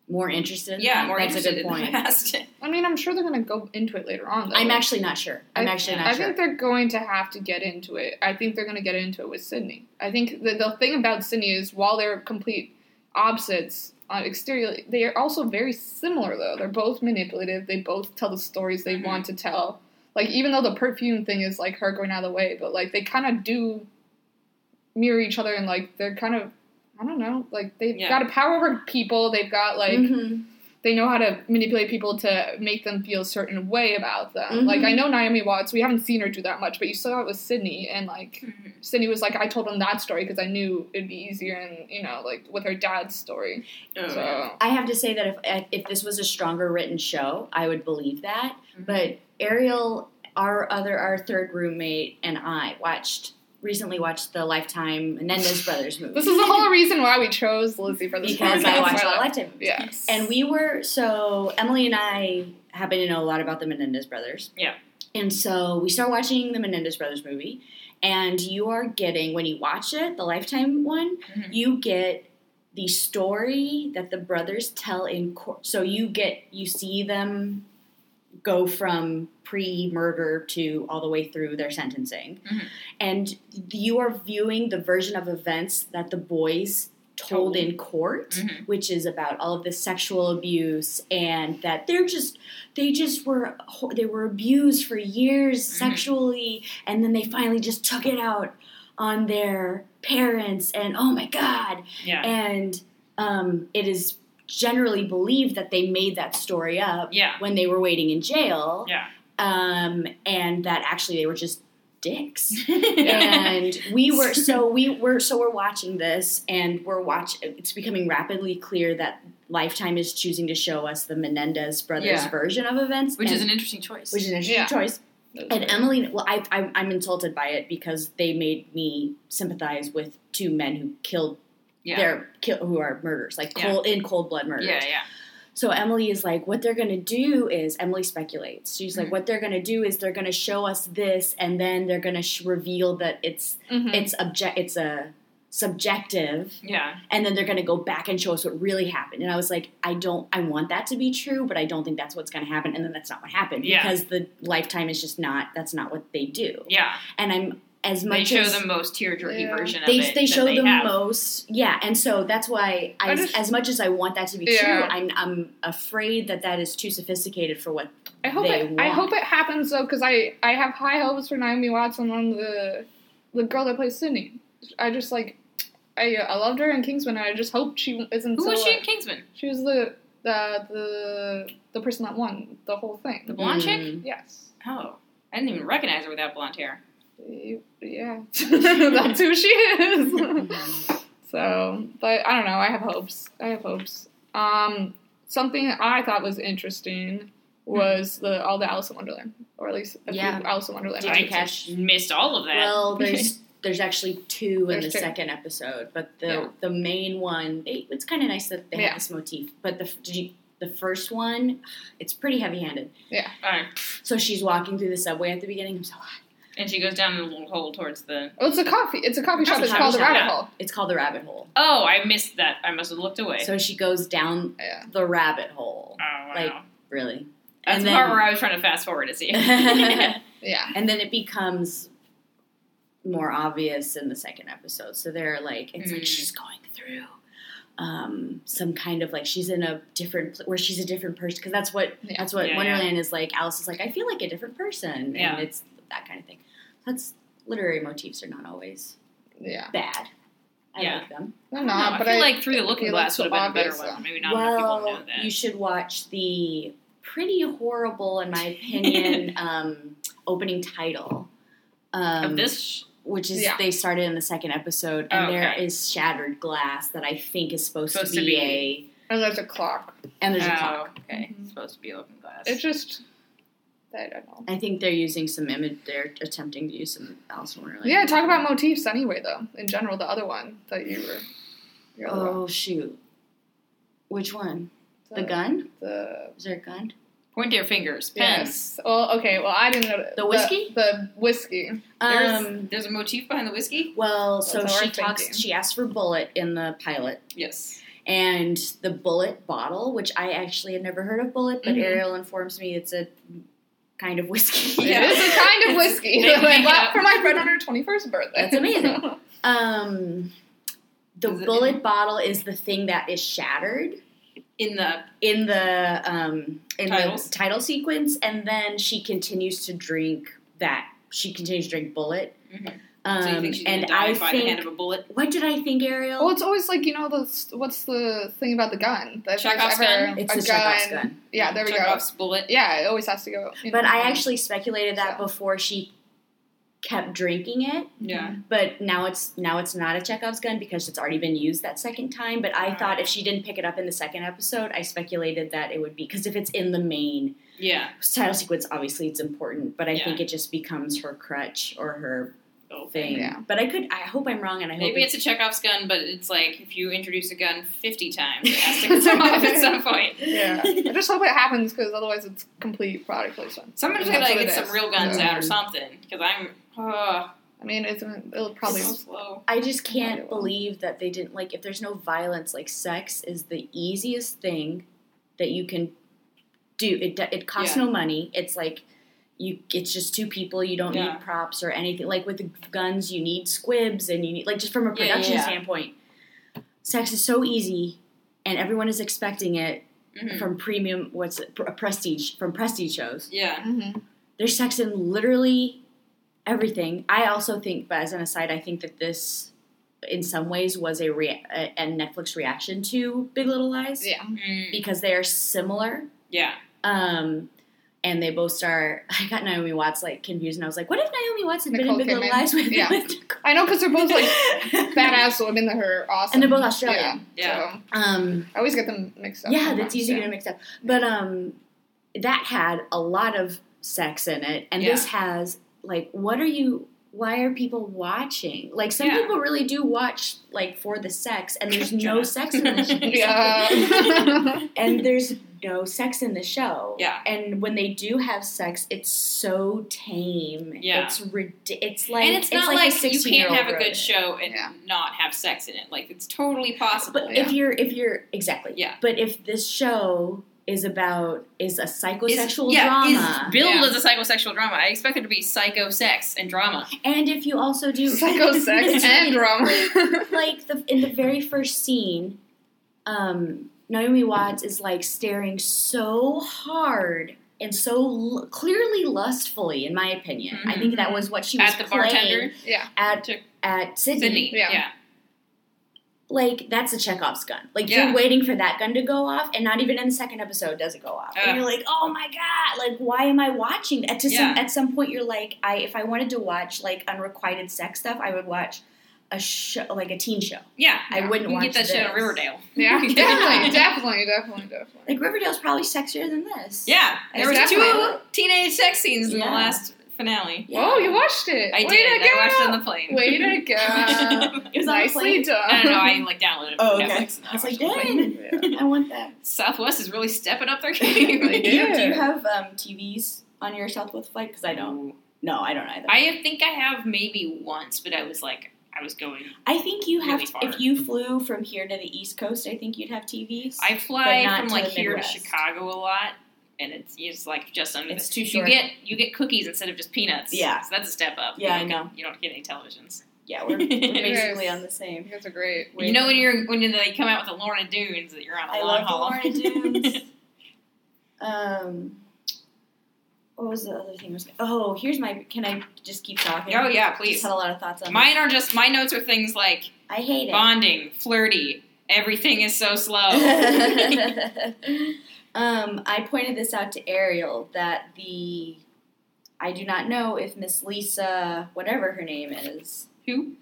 Speaker 3: More interested?
Speaker 1: yeah more
Speaker 3: that's
Speaker 1: interested
Speaker 3: a good
Speaker 1: in
Speaker 3: point.
Speaker 1: the past.
Speaker 2: I mean, I'm sure they're gonna go into it later on. Though.
Speaker 3: I'm
Speaker 2: Like,
Speaker 3: actually not sure. I'm
Speaker 2: I-
Speaker 3: actually
Speaker 1: yeah.
Speaker 3: not
Speaker 2: I
Speaker 3: sure.
Speaker 2: think they're going to have to get into it. I think they're going to get into it with Sydney. I think the, the thing about Sydney is while they're complete opposites on exterior, they are also very similar though. They're both manipulative. They both tell the stories they
Speaker 1: Mhm.
Speaker 2: want to tell. Like even though the perfume thing is like her going out of the way, but like they kind of do mirror each other and like they're kind of I don't know like they've
Speaker 1: Yeah.
Speaker 2: got a power over people. They've got like
Speaker 3: Mhm.
Speaker 2: they know how to manipulate people to make them feel a certain way about them. Like
Speaker 3: Mhm.
Speaker 2: I know Naomi Watts, we haven't seen her do that much, but you saw it with Sydney, and like
Speaker 1: Mm-hmm.
Speaker 2: Sydney was like, I told him that story because I knew it'd be easier, and you know, like with her dad's story.
Speaker 1: Oh,
Speaker 2: so
Speaker 1: yeah.
Speaker 3: I have to say that if if this was a stronger written show, I would believe that.
Speaker 2: Mm-hmm.
Speaker 1: Mhm.
Speaker 3: But Ariel, our other our third roommate and I watched recently watched the Lifetime Menendez Brothers movie.
Speaker 2: this is the whole reason why we chose Lizzie for this
Speaker 3: because
Speaker 2: podcast.
Speaker 3: I watched a
Speaker 2: Why
Speaker 3: lot of
Speaker 2: not?
Speaker 3: Lifetime. movies.
Speaker 2: Yeah.
Speaker 3: And we were so Emily and I happen to know a lot about the Menendez brothers.
Speaker 1: Yeah.
Speaker 3: And so we start watching the Menendez brothers movie, and you are getting when you watch it, the Lifetime one,
Speaker 1: Mhm.
Speaker 3: you get the story that the brothers tell in court. So you get you see them go from pre-murder to all the way through their sentencing.
Speaker 1: Mhm.
Speaker 3: And you are viewing the version of events that the boys told
Speaker 2: Told.
Speaker 3: in court
Speaker 1: Mhm.
Speaker 3: which is about all of this sexual abuse and that they're just they just were they were abused for
Speaker 1: Mm-hmm.
Speaker 3: years sexually and then they finally just took it out on their parents and oh my god
Speaker 1: yeah,
Speaker 3: and um, it is generally believed that they made that story up
Speaker 1: yeah,
Speaker 3: when they were waiting in jail
Speaker 1: yeah.
Speaker 3: um, and that actually they were just dicks
Speaker 1: Yeah.
Speaker 3: and we were so we were so we're watching this and we're watch it's becoming rapidly clear that lifetime is choosing to show us the menendez brothers
Speaker 1: Yeah.
Speaker 3: version of events
Speaker 1: which
Speaker 3: and-
Speaker 1: is an interesting choice.
Speaker 3: which is an interesting
Speaker 2: Yeah.
Speaker 3: choice and emily well I, I i'm insulted by it because they made me sympathize with two men who killed
Speaker 1: yeah.
Speaker 3: their kill, who are murders like
Speaker 1: Yeah.
Speaker 3: cold in cold blood murders
Speaker 1: yeah, yeah.
Speaker 3: so Emily is like, what they're gonna do is Emily speculates. She's
Speaker 1: Mm-hmm.
Speaker 3: like, what they're gonna do is they're gonna show us this, and then they're gonna sh- reveal that it's
Speaker 1: Mm-hmm.
Speaker 2: Mhm.
Speaker 3: it's object it's a subjective,
Speaker 1: Yeah,
Speaker 3: and then they're gonna go back and show us what really happened. And I was like, I don't, I want that to be true, but I don't think that's what's gonna happen. And then that's not what happened
Speaker 1: Yeah.
Speaker 3: because the lifetime is just not that's not what they do.
Speaker 1: yeah.
Speaker 3: And I'm as much
Speaker 1: They show
Speaker 3: as
Speaker 1: the most tear jerky
Speaker 2: Yeah.
Speaker 1: version of
Speaker 3: they,
Speaker 1: it.
Speaker 3: they
Speaker 1: that
Speaker 3: show
Speaker 1: they
Speaker 3: the
Speaker 1: have.
Speaker 3: most yeah and so that's why I,
Speaker 2: I just-
Speaker 3: as much as i want that to be true
Speaker 2: Yeah.
Speaker 3: I'm, I'm afraid that that is too sophisticated for what
Speaker 2: I hope
Speaker 3: they
Speaker 2: it,
Speaker 3: want.
Speaker 2: I hope it happens though, because I I have high hopes for Naomi Watts and then the the girl that plays Sydney. I just like I I loved her in Kingsman, and I just hope she isn't.
Speaker 1: Who
Speaker 2: so,
Speaker 1: was she
Speaker 2: uh,
Speaker 1: in Kingsman?
Speaker 2: She was the the the the person that won the whole
Speaker 1: The
Speaker 2: thing.
Speaker 1: blonde chick?
Speaker 3: Mm.
Speaker 2: Yes.
Speaker 1: Oh. I didn't even recognize her without blonde hair.
Speaker 2: You- Yeah, that's who she is.
Speaker 3: Mhm.
Speaker 2: So, but I don't know. I have hopes. I have hopes. Um, something I thought was interesting was
Speaker 1: Hmm.
Speaker 2: the all the Alice in Wonderland, or at least a few
Speaker 3: Yeah.
Speaker 2: Alice in Wonderland.
Speaker 3: Did you
Speaker 2: episodes.
Speaker 3: catch?
Speaker 1: Missed all of that.
Speaker 3: Well, there's there's actually two in
Speaker 2: There's
Speaker 3: the
Speaker 2: two.
Speaker 3: second episode, but the
Speaker 2: Yeah.
Speaker 3: the main one, they, it's kind of nice that they
Speaker 2: Yeah.
Speaker 3: have this motif. But the f- did you, the first one, it's pretty heavy handed.
Speaker 1: Alright.
Speaker 3: So she's walking through the subway at the beginning. I'm so hot.
Speaker 1: And she goes down the little hole towards the.
Speaker 2: Oh, it's a coffee. It's a coffee shop.
Speaker 1: Coffee
Speaker 2: It's
Speaker 1: shop,
Speaker 2: called the
Speaker 1: yeah.
Speaker 2: Rabbit Hole.
Speaker 3: It's called the rabbit hole.
Speaker 1: Oh, I missed that. I must have looked away.
Speaker 3: So she goes down
Speaker 2: Yeah.
Speaker 3: the rabbit hole.
Speaker 1: oh, wow.
Speaker 3: like, Really.
Speaker 1: That's
Speaker 3: and
Speaker 1: the
Speaker 3: then-
Speaker 1: part where I was trying to fast forward to see.
Speaker 3: and
Speaker 2: Yeah.
Speaker 3: then it becomes more obvious in the second episode. So they're like, it's like
Speaker 1: Mm.
Speaker 3: she's going through um, some kind of like she's in a different pl- where she's a different person because that's what
Speaker 2: Yeah.
Speaker 3: that's what
Speaker 1: Yeah,
Speaker 3: Wonderland is like. Alice is like, I feel like a different person,
Speaker 1: Yeah.
Speaker 3: and it's that kind of thing. That's literary motifs are not always
Speaker 2: Yeah.
Speaker 3: bad. I
Speaker 1: Yeah.
Speaker 3: like them.
Speaker 1: I
Speaker 2: No,
Speaker 1: don't know, I
Speaker 2: but
Speaker 1: feel
Speaker 2: I
Speaker 1: like Through the
Speaker 2: it
Speaker 1: Looking
Speaker 2: looks
Speaker 1: Glass would have been a
Speaker 2: obvious,
Speaker 1: better
Speaker 2: though.
Speaker 1: one. Maybe not enough people know
Speaker 3: well,
Speaker 1: that.
Speaker 3: you should watch the pretty horrible, in my opinion, um, opening title. Um,
Speaker 1: of this, sh-
Speaker 3: which is
Speaker 2: Yeah.
Speaker 3: they started in the second episode, and
Speaker 1: Oh,
Speaker 3: there
Speaker 1: okay.
Speaker 3: is shattered glass that I think is supposed,
Speaker 1: Supposed
Speaker 3: to,
Speaker 1: to
Speaker 3: be
Speaker 2: and there's a clock.
Speaker 3: a and there's a
Speaker 1: Oh,
Speaker 3: clock.
Speaker 1: Okay,
Speaker 2: Mhm.
Speaker 1: supposed to be Looking Glass.
Speaker 2: It's just I don't know.
Speaker 3: I think they're using some image. They're attempting to use some Alice in Wonderland.
Speaker 2: Yeah, talk about motifs anyway, though. In general, the other one that you were. Your other one.
Speaker 3: Oh shoot! Which one?
Speaker 2: The-
Speaker 3: The gun?
Speaker 2: The
Speaker 3: Is there a gun?
Speaker 1: Point your fingers. Pens.
Speaker 2: yes. Well, okay. Well, I didn't know
Speaker 3: The whiskey?
Speaker 2: The, whiskey.
Speaker 1: There's,
Speaker 3: Um.
Speaker 1: there's a motif behind the whiskey?
Speaker 3: Well, so
Speaker 2: That's how
Speaker 3: she
Speaker 2: I'm
Speaker 3: talks.
Speaker 2: thinking.
Speaker 3: She asks for bullet in the pilot,
Speaker 1: Yes.
Speaker 3: and the bullet bottle, which I actually had never heard of bullet, but
Speaker 2: Mhm.
Speaker 3: Ariel informs me it's a kind of whiskey.
Speaker 1: Yeah.
Speaker 2: It is a kind of whiskey
Speaker 1: They
Speaker 2: that I
Speaker 1: make
Speaker 2: bought
Speaker 1: up.
Speaker 2: for my friend on her twenty first birthday.
Speaker 3: That's amazing. Um, the
Speaker 1: Is it-
Speaker 3: bullet bottle is the thing that is shattered
Speaker 1: In the.
Speaker 3: in the um, in
Speaker 1: Titles?
Speaker 3: the title sequence, and then she continues to drink that. She continues to drink bullet.
Speaker 1: Mhm.
Speaker 3: Um,
Speaker 1: so you think she's gonna
Speaker 3: and
Speaker 1: die by
Speaker 3: I
Speaker 1: the hand
Speaker 3: think
Speaker 1: of a bullet?
Speaker 3: what did I think, Ariel?
Speaker 2: well, it's always like you know the what's the thing about the gun? That if there's
Speaker 1: Chekhov's
Speaker 2: ever
Speaker 1: gun?
Speaker 3: it's
Speaker 2: a
Speaker 3: the Chekhov's gun.
Speaker 2: Yeah, there we go.
Speaker 1: Chekhov's bullet.
Speaker 2: Yeah, it always has to go. in
Speaker 3: But I
Speaker 2: order.
Speaker 3: actually speculated that
Speaker 2: So.
Speaker 3: before she kept drinking it.
Speaker 1: Yeah.
Speaker 3: But now it's now it's not a Chekhov's gun because it's already been used that second time. But I thought if she didn't pick it up in the second episode, I speculated that it would be because if it's in the main
Speaker 1: Yeah.
Speaker 3: title sequence obviously it's important but i
Speaker 1: Yeah.
Speaker 3: think it just becomes her crutch or her
Speaker 1: Oh,
Speaker 3: thing
Speaker 2: Yeah.
Speaker 3: but i could i hope i'm wrong and i
Speaker 1: Maybe
Speaker 3: hope
Speaker 1: it's a Chekhov's gun, but it's like if you introduce a gun 50 times, it has to come off at some point.
Speaker 2: Yeah, I just hope it happens because otherwise it's complete product placement.
Speaker 1: Somebody's
Speaker 2: That's
Speaker 1: gonna
Speaker 2: what
Speaker 1: get
Speaker 2: it
Speaker 1: some
Speaker 2: is.
Speaker 1: real guns
Speaker 3: Yeah.
Speaker 1: out or something, because I'm uh,
Speaker 2: I mean, it's, it'll probably.
Speaker 1: so slow.
Speaker 3: i just
Speaker 2: I
Speaker 3: can't
Speaker 2: will.
Speaker 3: believe that they didn't like if there's no violence like sex is the easiest thing that you can do it do- it costs
Speaker 1: Yeah.
Speaker 3: no money it's like you it's just two people you don't
Speaker 1: Yeah.
Speaker 3: need props or anything like with the guns you need squibs and you need like just from a
Speaker 1: Yeah, yeah,
Speaker 3: production
Speaker 1: yeah.
Speaker 3: standpoint sex is so easy and everyone is expecting it
Speaker 1: Mhm.
Speaker 3: from premium what's it, pr- prestige from prestige shows.
Speaker 1: Yeah.
Speaker 2: Mhm.
Speaker 3: There's sex in literally everything. I also think, but as an aside, I think that this, in some ways, was a rea- a, a Netflix reaction to Big Little Lies
Speaker 2: Yeah.
Speaker 1: Mm.
Speaker 3: because they are similar.
Speaker 1: Yeah.
Speaker 3: Um, and they both star. I got Naomi Watts like confused, and I was like, "What if Naomi Watts had
Speaker 2: Nicole
Speaker 3: been in
Speaker 2: Kidman.
Speaker 3: Big Little Lies with?"
Speaker 2: Yeah.
Speaker 3: with
Speaker 2: I know because they're both like
Speaker 3: Nicole-
Speaker 2: badass women that are awesome,
Speaker 3: And they're both Australian.
Speaker 2: Yeah.
Speaker 1: Yeah.
Speaker 2: So
Speaker 3: Um,
Speaker 2: I always get them mixed up.
Speaker 3: yeah,
Speaker 2: sometimes,
Speaker 3: that's easy to mix up. But um, that had a lot of sex in it, and this has like, what are you? Why are people watching? Like, some
Speaker 1: Yeah.
Speaker 3: people really do watch like for the sex, and there's no
Speaker 1: Yeah.
Speaker 3: sex in the show.
Speaker 2: Yeah.
Speaker 3: and there's no sex in the show.
Speaker 1: Yeah.
Speaker 3: and when they do have sex, it's so tame.
Speaker 1: Yeah.
Speaker 3: it's rid- It's like
Speaker 1: and it's, not
Speaker 3: like,
Speaker 1: like,
Speaker 3: a
Speaker 1: you
Speaker 3: 16
Speaker 1: can't have a
Speaker 3: wrote
Speaker 1: good
Speaker 3: it.
Speaker 1: show and
Speaker 2: Yeah.
Speaker 1: not have sex in it. Like it's totally possible.
Speaker 3: But
Speaker 2: Yeah.
Speaker 3: if you're if you're exactly
Speaker 1: Oh, Yeah.
Speaker 3: But if this show is about is a psychosexual
Speaker 1: It's- yeah,
Speaker 3: drama,
Speaker 1: It's billed
Speaker 2: Yeah.
Speaker 1: as a psychosexual drama. I expect it to be psycho sex and drama.
Speaker 3: and if you also do
Speaker 2: Psycho sex and drama.
Speaker 3: like the in the very first scene, um, Naomi Watts is like staring so hard and so l- clearly lustfully, in my opinion. I think that was what she was
Speaker 1: At the
Speaker 3: playing
Speaker 1: bartender.
Speaker 2: yeah.
Speaker 3: at
Speaker 1: To-
Speaker 3: at Sydney.
Speaker 1: Sydney.
Speaker 2: Yeah.
Speaker 1: Yeah.
Speaker 3: like that's a Chekhov's gun. Like
Speaker 2: Yeah.
Speaker 3: you're waiting for that gun to go off, and not even in the second episode does it go off.
Speaker 1: Ugh.
Speaker 3: And you're like, oh my god, like why am I watching? At to
Speaker 1: Yeah.
Speaker 3: some at some point, you're like, I if I wanted to watch like unrequited sex stuff, I would watch a show like a teen show.
Speaker 1: Yeah,
Speaker 3: I wouldn't
Speaker 1: you
Speaker 3: watch
Speaker 1: can get that shit on
Speaker 3: this.
Speaker 1: Riverdale.
Speaker 2: Yeah,
Speaker 1: Yeah.
Speaker 2: definitely, definitely, definitely, definitely.
Speaker 3: Like Riverdale's probably sexier than this.
Speaker 1: Yeah, there was
Speaker 2: Exactly.
Speaker 1: two teenage sex scenes in the
Speaker 3: Yeah.
Speaker 1: last finale.
Speaker 3: Yeah.
Speaker 2: Oh, you watched it.
Speaker 1: I
Speaker 2: Way
Speaker 1: did.
Speaker 2: To
Speaker 1: I
Speaker 2: go.
Speaker 1: watched it on the plane.
Speaker 2: Way to go.
Speaker 3: It was on the
Speaker 2: Nicely
Speaker 3: plane?
Speaker 2: done.
Speaker 1: I don't know. I like downloaded it from
Speaker 3: Oh, okay.
Speaker 1: Netflix. and
Speaker 3: I was like,
Speaker 1: watched it on the plane.
Speaker 3: dang, I want that.
Speaker 1: Southwest is really stepping up their game.
Speaker 2: They
Speaker 3: Do you, do
Speaker 2: Yeah.
Speaker 3: you have um, TVs on your Southwest flight? Because I don't. No, I don't either.
Speaker 1: I think I have maybe once, but I was like, I was going.
Speaker 3: I think you have.
Speaker 1: Really far.
Speaker 3: if you flew from here to the East Coast, I think you'd have TVs.
Speaker 1: I fly
Speaker 3: But not
Speaker 1: from
Speaker 3: to
Speaker 1: like
Speaker 3: the
Speaker 1: here to
Speaker 3: Midwest.
Speaker 1: Chicago a lot, and it's it's like just under.
Speaker 3: It's
Speaker 1: the,
Speaker 3: too
Speaker 1: You
Speaker 3: short.
Speaker 1: get you get cookies instead of just peanuts.
Speaker 3: Yeah.
Speaker 1: so that's a step up.
Speaker 3: Yeah,
Speaker 1: you
Speaker 3: I
Speaker 1: don't
Speaker 3: know.
Speaker 1: Get, you don't get any televisions.
Speaker 3: yeah, we're, we're basically on the
Speaker 2: I
Speaker 3: same.
Speaker 2: think that's a great way
Speaker 1: You know
Speaker 2: to-
Speaker 1: when you're when they come out with the Lorna Dunes that you're on a
Speaker 3: I
Speaker 1: long
Speaker 3: love
Speaker 1: haul.
Speaker 3: Lorna Dunes. um, what was the other thing? I Was oh, here's my. Can I just keep talking?
Speaker 1: oh yeah,
Speaker 3: Just
Speaker 1: please.
Speaker 3: had a lot of thoughts on.
Speaker 1: Mine are just my notes are things like
Speaker 3: that. I hate it.
Speaker 1: bonding, flirty, everything is so slow.
Speaker 3: um, I pointed this out to Ariel that the I do not know if Miss Lisa, whatever her name is,
Speaker 1: Who?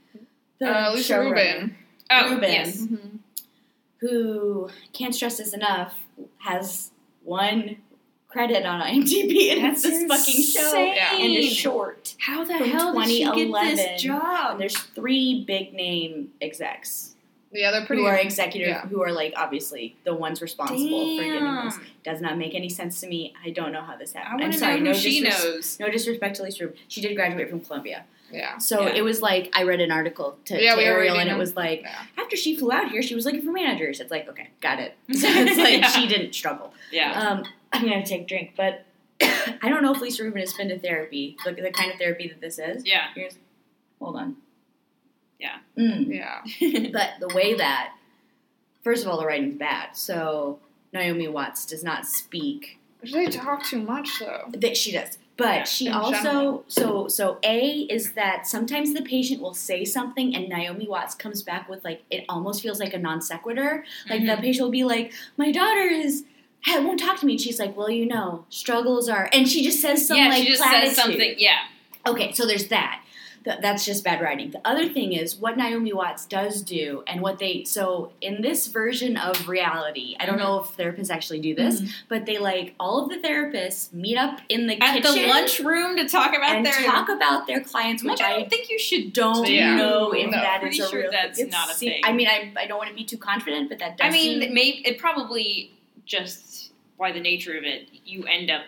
Speaker 3: the
Speaker 2: uh, Lucy
Speaker 3: showrunner,
Speaker 2: Rubin.
Speaker 1: Oh
Speaker 3: Ruben.
Speaker 1: yes.
Speaker 2: Mhm.
Speaker 3: who can't stress this enough, has one credit on IMDb, and it's this fucking show,
Speaker 1: insane.
Speaker 2: Yeah.
Speaker 3: and it's short.
Speaker 1: How the
Speaker 3: From
Speaker 1: hell did she get this
Speaker 3: 2011.
Speaker 1: job?
Speaker 3: And there's three big name execs
Speaker 2: Yeah, they're pretty.
Speaker 3: who are executive,
Speaker 2: yeah.
Speaker 3: who are like obviously the ones responsible for getting this.
Speaker 1: Damn.
Speaker 3: Does not make any sense to me. I don't know how this
Speaker 1: I
Speaker 3: happened.
Speaker 1: want
Speaker 3: I'm
Speaker 1: to
Speaker 3: sorry,
Speaker 1: know who
Speaker 3: no
Speaker 1: she
Speaker 3: disres-
Speaker 1: knows.
Speaker 3: No disrespect to Lisa Rubin. She did graduate from Columbia.
Speaker 2: yeah.
Speaker 3: So
Speaker 1: Yeah.
Speaker 3: it was like, I read an article to,
Speaker 2: Yeah,
Speaker 3: to
Speaker 2: we were
Speaker 3: Ariel,
Speaker 2: reading
Speaker 3: and it
Speaker 2: them.
Speaker 3: was like,
Speaker 2: Yeah.
Speaker 3: after she flew out here, she was looking for managers. It's like, okay, got it. So it's like,
Speaker 1: Yeah.
Speaker 3: she didn't struggle.
Speaker 1: Yeah.
Speaker 3: Um, I'm going to take a drink, but I don't know if Lisa Rubin has been to therapy, the, the kind of therapy that this is.
Speaker 1: Yeah.
Speaker 3: Hold on.
Speaker 1: Yeah.
Speaker 3: Mm.
Speaker 2: Yeah.
Speaker 3: But the way that, first of all, the writing's bad. So Naomi Watts does not speak
Speaker 2: They talk too much though.
Speaker 3: that she does but
Speaker 1: Yeah,
Speaker 3: she
Speaker 2: in
Speaker 3: also
Speaker 2: general.
Speaker 3: so so a is that sometimes the patient will say something and naomi watts comes back with like it almost feels like a non sequitur like
Speaker 1: Mm-hmm.
Speaker 3: the patient will be like my daughter is ha- won't talk to me and she's like well you know struggles are and she just says some
Speaker 1: yeah,
Speaker 3: like
Speaker 1: she just
Speaker 3: platitude.
Speaker 1: says something. Yeah.
Speaker 3: okay so there's that Th- that's just bad writing. The other thing is what Naomi Watts does do, and what they so in this version of reality, I don't
Speaker 1: Mhm.
Speaker 3: know if therapists actually do this,
Speaker 1: Mm-hmm.
Speaker 3: but they like all of the therapists meet up in the
Speaker 1: At
Speaker 3: kitchen
Speaker 1: the lunchroom to talk about
Speaker 3: and
Speaker 1: their
Speaker 3: talk about their clients,
Speaker 1: which
Speaker 3: which
Speaker 1: I
Speaker 3: I
Speaker 1: don't think you should
Speaker 3: don't
Speaker 2: Yeah.
Speaker 3: know if
Speaker 2: No.
Speaker 3: that
Speaker 1: Pretty
Speaker 3: is a
Speaker 1: sure
Speaker 3: real.
Speaker 1: that's
Speaker 3: it
Speaker 1: not a
Speaker 3: seem-
Speaker 1: thing.
Speaker 3: I mean, I, I don't want to be too confident, but that does.
Speaker 1: I mean,
Speaker 3: seem-
Speaker 1: maybe it probably just by the nature of it, you end up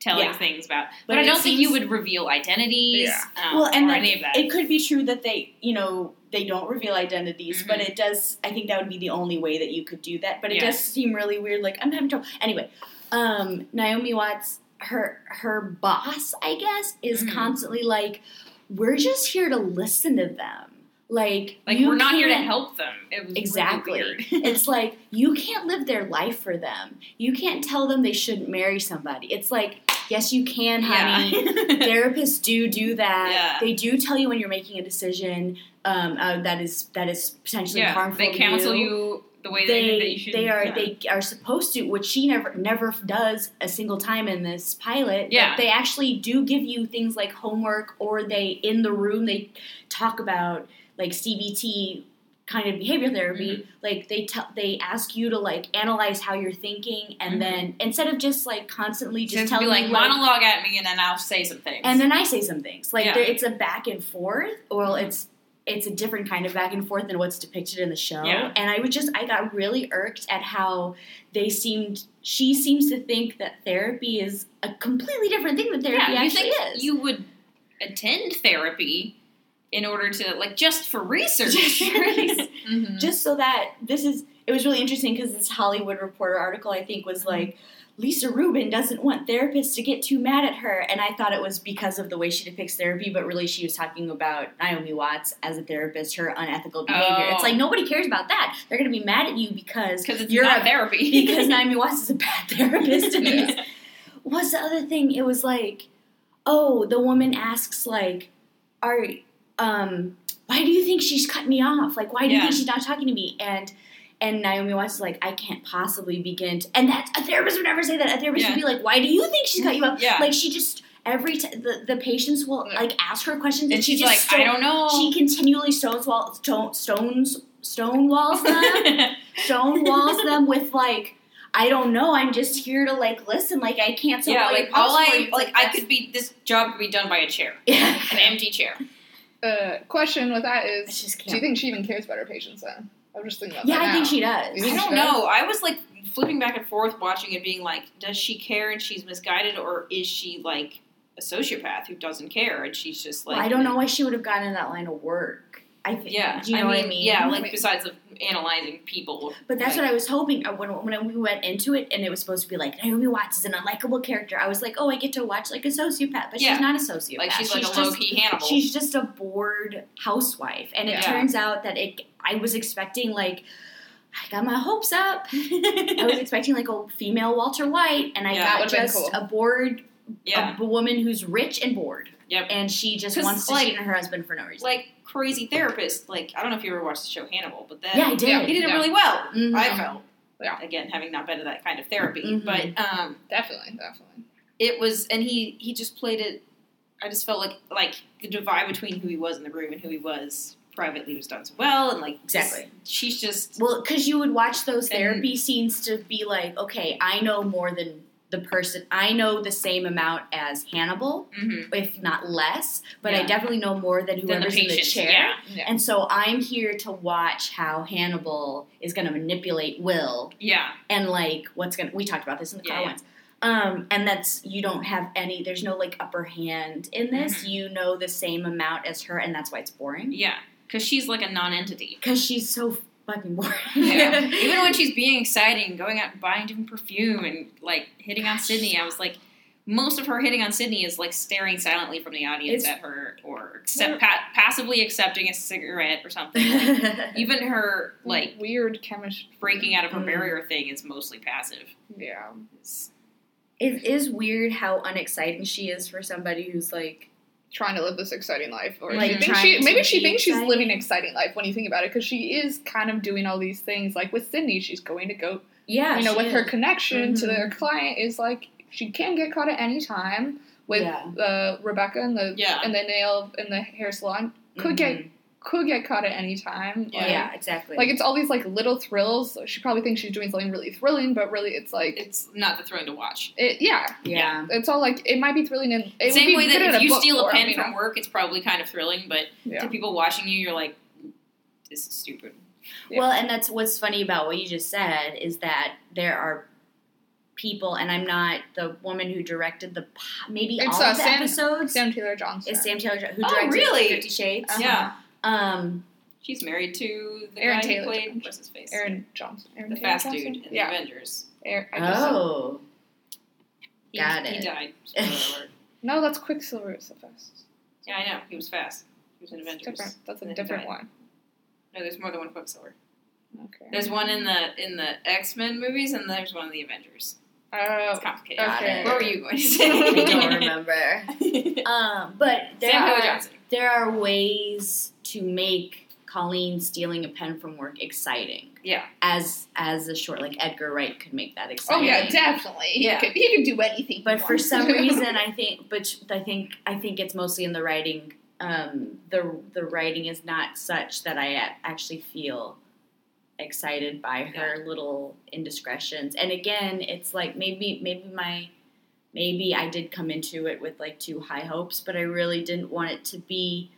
Speaker 1: telling
Speaker 3: Yeah.
Speaker 1: things about. But,
Speaker 3: But
Speaker 1: I
Speaker 3: it
Speaker 1: don't think you
Speaker 3: seems-
Speaker 1: would reveal identities
Speaker 2: Yeah.
Speaker 1: um,
Speaker 3: Well, and
Speaker 1: or
Speaker 3: like,
Speaker 1: any of that.
Speaker 3: it could be true that they, you know, they don't reveal identities, but it does. I think that would be the only way that you could do that. But it
Speaker 1: Mm-hmm. Yeah.
Speaker 3: does seem really weird. Like I'm having trouble. Anyway, um, Naomi Watts, her her boss, I guess, is
Speaker 1: Mhm.
Speaker 3: constantly like, "We're just here to listen to them." Like,
Speaker 1: like
Speaker 3: you
Speaker 1: we're not here to
Speaker 3: can't-
Speaker 1: help them. It was really
Speaker 3: Exactly.
Speaker 1: weird.
Speaker 3: it's like you can't live their life for them. You can't tell them they shouldn't marry somebody. It's like, yes, you can, honey.
Speaker 1: Yeah.
Speaker 3: Therapists do do that.
Speaker 1: Yeah.
Speaker 3: They do tell you when you're making a decision um, uh, that is that is potentially
Speaker 1: Yeah,
Speaker 3: harmful.
Speaker 1: They
Speaker 3: to
Speaker 1: counsel you the way they think that you
Speaker 3: They
Speaker 1: should.
Speaker 3: they are
Speaker 1: yeah.
Speaker 3: they are supposed to, which she never never does a single time in this pilot. but
Speaker 1: Yeah.
Speaker 3: they actually do give you things like homework, or they in the room they talk about like CBT kind of behavior therapy
Speaker 1: Mm-hmm.
Speaker 3: like they tell they ask you to like analyze how you're thinking and
Speaker 1: Mhm.
Speaker 3: then instead of just like constantly just
Speaker 1: Just be
Speaker 3: telling
Speaker 1: like
Speaker 3: you,
Speaker 1: monologue at me and then I'll say some things.
Speaker 3: and then i say some things like
Speaker 1: Yeah.
Speaker 3: there, it's a back and forth well it's it's a different kind of back and forth than what's depicted in the show
Speaker 1: Yeah.
Speaker 3: and i would just i got really irked at how they seemed she seems to think that therapy is a completely different thing than therapy
Speaker 1: yeah, you
Speaker 3: actually
Speaker 1: think
Speaker 3: is
Speaker 1: you would attend therapy in order to like just for research.
Speaker 3: Just for research.
Speaker 1: Mm-hmm.
Speaker 2: Mhm.
Speaker 3: just so that this is it was really interesting because this hollywood reporter article i think
Speaker 1: Mm-hmm.
Speaker 3: was like lisa rubin doesn't want therapists to get too mad at her and i thought it was because of the way she depicts therapy but really she was talking about naomi watts as a therapist her unethical behavior
Speaker 1: Oh.
Speaker 3: it's like nobody cares about that they're going to be mad at you because
Speaker 1: because it's
Speaker 3: you're
Speaker 1: not
Speaker 3: a-
Speaker 1: therapy.
Speaker 3: because naomi watts is a bad therapist and it's
Speaker 1: Yeah.
Speaker 3: what's the other thing? It was like, oh, the woman asks like, are um, why do you think she's cut me off? Like, why do you
Speaker 1: Yeah.
Speaker 3: think she's not talking to me? And and Naomi Watts is like, I can't possibly begin. To, and that a therapist would never say that. A therapist
Speaker 1: Yeah.
Speaker 3: would be like, Why do you think she's cut you off?
Speaker 1: Yeah.
Speaker 3: Like she just every t- the the patients will
Speaker 2: Yeah.
Speaker 3: like ask her questions,
Speaker 1: and,
Speaker 3: and,
Speaker 1: she's
Speaker 3: she
Speaker 1: like,
Speaker 3: just
Speaker 1: I
Speaker 3: stone-
Speaker 1: don't know.
Speaker 3: She continually stones wall stone, stones stonewalls them stonewalls them with like I don't know. I'm just here to like listen. Like I can't. So
Speaker 1: yeah,
Speaker 3: what
Speaker 1: like
Speaker 3: your
Speaker 1: all
Speaker 3: pulse for you.
Speaker 1: I
Speaker 3: It's
Speaker 1: like, I
Speaker 3: that's-
Speaker 1: could be this job could be done by a chair,
Speaker 3: Yeah,
Speaker 1: an empty chair.
Speaker 2: Uh, question with that
Speaker 3: I
Speaker 2: is,
Speaker 3: just
Speaker 2: do you
Speaker 3: can't.
Speaker 2: think she even cares about her patients? Then I was just thinking about
Speaker 3: Yeah,
Speaker 2: that.
Speaker 3: I think
Speaker 2: now.
Speaker 3: she does.
Speaker 2: You
Speaker 1: I
Speaker 2: think
Speaker 1: don't
Speaker 2: she
Speaker 1: know. I was like flipping back and forth watching it, being like, does she care and she's misguided, or is she like a sociopath who doesn't care and she's just like
Speaker 3: Well, I don't know why she would have gotten in that line of work. I think.
Speaker 1: Yeah,
Speaker 3: Do you know
Speaker 1: I mean,
Speaker 3: what I mean?
Speaker 1: Yeah,
Speaker 2: I
Speaker 1: like
Speaker 2: mean-
Speaker 1: besides of analyzing people.
Speaker 3: But that's
Speaker 1: like,
Speaker 3: what I was hoping uh, when, when we went into it, and it was supposed to be like Naomi Watts is an unlikable character. I was like, oh, I get to watch like a sociopath, but
Speaker 1: Yeah.
Speaker 3: she's not a sociopath.
Speaker 1: Like she's like a low
Speaker 3: just,
Speaker 1: key Hannibal.
Speaker 3: she's just a bored housewife, and
Speaker 1: Yeah.
Speaker 3: it turns out that it. I was expecting like. I got my hopes up. I was expecting like a female Walter White, and I
Speaker 1: Yeah,
Speaker 3: got
Speaker 2: would've been
Speaker 3: just
Speaker 2: cool.
Speaker 3: a bored,
Speaker 1: yeah,
Speaker 3: a woman who's rich and bored,
Speaker 1: yep.
Speaker 3: and she just
Speaker 1: 'Cause,
Speaker 3: wants to
Speaker 1: like-
Speaker 3: cheat on her husband for no reason.
Speaker 1: Like crazy therapist. Like I don't know if you ever watched the show Hannibal, but that
Speaker 3: yeah, I did.
Speaker 2: Yeah,
Speaker 1: he did it
Speaker 2: Yeah.
Speaker 1: really well.
Speaker 3: Mhm.
Speaker 1: I felt.
Speaker 2: Yeah.
Speaker 1: Again, having not been to that kind of therapy,
Speaker 3: Mhm.
Speaker 1: but um,
Speaker 2: Definitely, definitely.
Speaker 1: it was, and he he just played it. I just felt like like the divide between who he was in the room and who he was privately was done so well, and like
Speaker 3: Exactly.
Speaker 1: just- she's just
Speaker 3: Well, because you would watch those
Speaker 1: And-
Speaker 3: therapy scenes to be like, okay, I know more than the person. I know the same amount as Hannibal,
Speaker 1: mhm,
Speaker 3: if not less, but I
Speaker 1: Yeah.
Speaker 3: definitely know more
Speaker 1: than
Speaker 3: than
Speaker 1: the
Speaker 3: whoever's in
Speaker 1: patient.
Speaker 3: the chair.
Speaker 1: Yeah,
Speaker 2: Yeah.
Speaker 3: And so I'm here to watch how Hannibal is going to manipulate Will
Speaker 1: yeah,
Speaker 3: and like what's going to. We talked about this in the
Speaker 1: Yeah,
Speaker 3: car
Speaker 1: yeah.
Speaker 3: once. Um, and that's you don't have any. There's no like upper hand in this. You know the same amount as her, and that's why it's boring.
Speaker 1: yeah. Because she's like a non-entity.
Speaker 3: Because she's so fucking boring.
Speaker 1: Yeah. Even when she's being exciting, going out and buying different perfume and like hitting on Sydney, I was like, most of her hitting on Sydney is like staring silently from the audience
Speaker 3: It's-
Speaker 1: at her, or accept, pa- passively accepting a cigarette or something. Like,
Speaker 3: when
Speaker 1: even her like
Speaker 2: weird chemistry.
Speaker 1: breaking out of her
Speaker 2: Mm-hmm.
Speaker 3: Mm.
Speaker 1: barrier thing is mostly passive.
Speaker 2: Yeah.
Speaker 1: It's-
Speaker 3: It is weird how unexciting she is for somebody who's like,
Speaker 2: Trying to live this exciting life, or
Speaker 1: Like,
Speaker 2: she thinks
Speaker 3: trying
Speaker 2: she
Speaker 3: to
Speaker 2: maybe she
Speaker 3: be
Speaker 2: thinks she's
Speaker 3: exciting.
Speaker 2: living an exciting life when you think about it, because she is kind of doing all these things. Like with Sydney, she's going to go,
Speaker 3: yeah,
Speaker 2: you know,
Speaker 3: she
Speaker 2: with
Speaker 3: is.
Speaker 2: her connection to
Speaker 3: Mhm.
Speaker 2: their client is like she can get caught at any time. With
Speaker 3: Yeah.
Speaker 2: uh, Rebecca and the
Speaker 1: Yeah.
Speaker 2: and the nail and the hair salon could get
Speaker 3: Mhm.
Speaker 2: could get caught at any time.
Speaker 1: Yeah.
Speaker 2: Like,
Speaker 3: yeah, exactly.
Speaker 2: Like it's all these like little thrills. She probably thinks she's doing something really thrilling, but really it's like
Speaker 1: It's not the thrilling to watch.
Speaker 2: it, yeah.
Speaker 3: yeah,
Speaker 2: It's all like it might be thrilling and it
Speaker 1: Same
Speaker 2: would be
Speaker 1: way
Speaker 2: good in
Speaker 1: that if you
Speaker 2: book
Speaker 1: steal a
Speaker 2: form,
Speaker 1: pen
Speaker 2: you know?
Speaker 1: from work, it's probably kind of thrilling, but
Speaker 2: Yeah.
Speaker 1: to people watching you, you're like, this is stupid.
Speaker 2: Yeah.
Speaker 3: Well, and that's what's funny about what you just said is that there are people, and I'm not the woman who directed the po- maybe
Speaker 2: It's,
Speaker 3: all
Speaker 2: uh,
Speaker 3: of the
Speaker 2: Sam-
Speaker 3: episodes.
Speaker 2: Sam Taylor Johnson.
Speaker 3: is Sam Taylor who
Speaker 1: Oh,
Speaker 3: directed
Speaker 1: really?
Speaker 3: Fifty Shades?
Speaker 2: Uh-huh.
Speaker 1: Yeah.
Speaker 3: Um,
Speaker 1: She's married to the
Speaker 2: Aaron
Speaker 1: guy
Speaker 2: Taylor
Speaker 1: who played
Speaker 2: Johnson.
Speaker 1: what's his face,
Speaker 2: Aaron Johnson. Aaron
Speaker 1: the
Speaker 2: Taylor
Speaker 1: fast
Speaker 2: Johnson?
Speaker 1: dude in the
Speaker 2: Yeah.
Speaker 1: Avengers.
Speaker 2: Aaron, I just said-
Speaker 3: oh,
Speaker 1: He,
Speaker 3: Got
Speaker 1: He
Speaker 3: it.
Speaker 1: died. Spoiler alert.
Speaker 2: No, that's Quicksilver is the fast.
Speaker 1: Yeah, I know. He was fast. He was in
Speaker 2: That's
Speaker 1: Avengers.
Speaker 2: different. That's
Speaker 1: And
Speaker 2: a
Speaker 1: then
Speaker 2: different
Speaker 1: died.
Speaker 2: one.
Speaker 1: No, there's more than one Quicksilver.
Speaker 2: Okay.
Speaker 1: There's one in the in the X Men movies, and there's one in the Avengers.
Speaker 2: Oh,
Speaker 1: It's complicated.
Speaker 3: Got
Speaker 2: okay.
Speaker 3: it.
Speaker 1: What were you going to say?
Speaker 3: I don't remember. Um, but there
Speaker 1: Sam Taylor
Speaker 3: are
Speaker 1: Johnson.
Speaker 3: there are ways to make Colleen stealing a pen from work exciting.
Speaker 1: Yeah.
Speaker 3: As as a short, like Edgar Wright could make that
Speaker 2: Oh
Speaker 3: exciting.
Speaker 2: yeah, definitely.
Speaker 1: Yeah.
Speaker 2: He could, he could do anything. he
Speaker 3: But for
Speaker 2: wants.
Speaker 3: some reason, I think, but I think I think it's mostly in the writing. Um, the the writing is not such that I a- actually feel excited by her little indiscretions. And again, it's like maybe maybe my maybe I did come into it with like too high hopes, but I really didn't want it to be.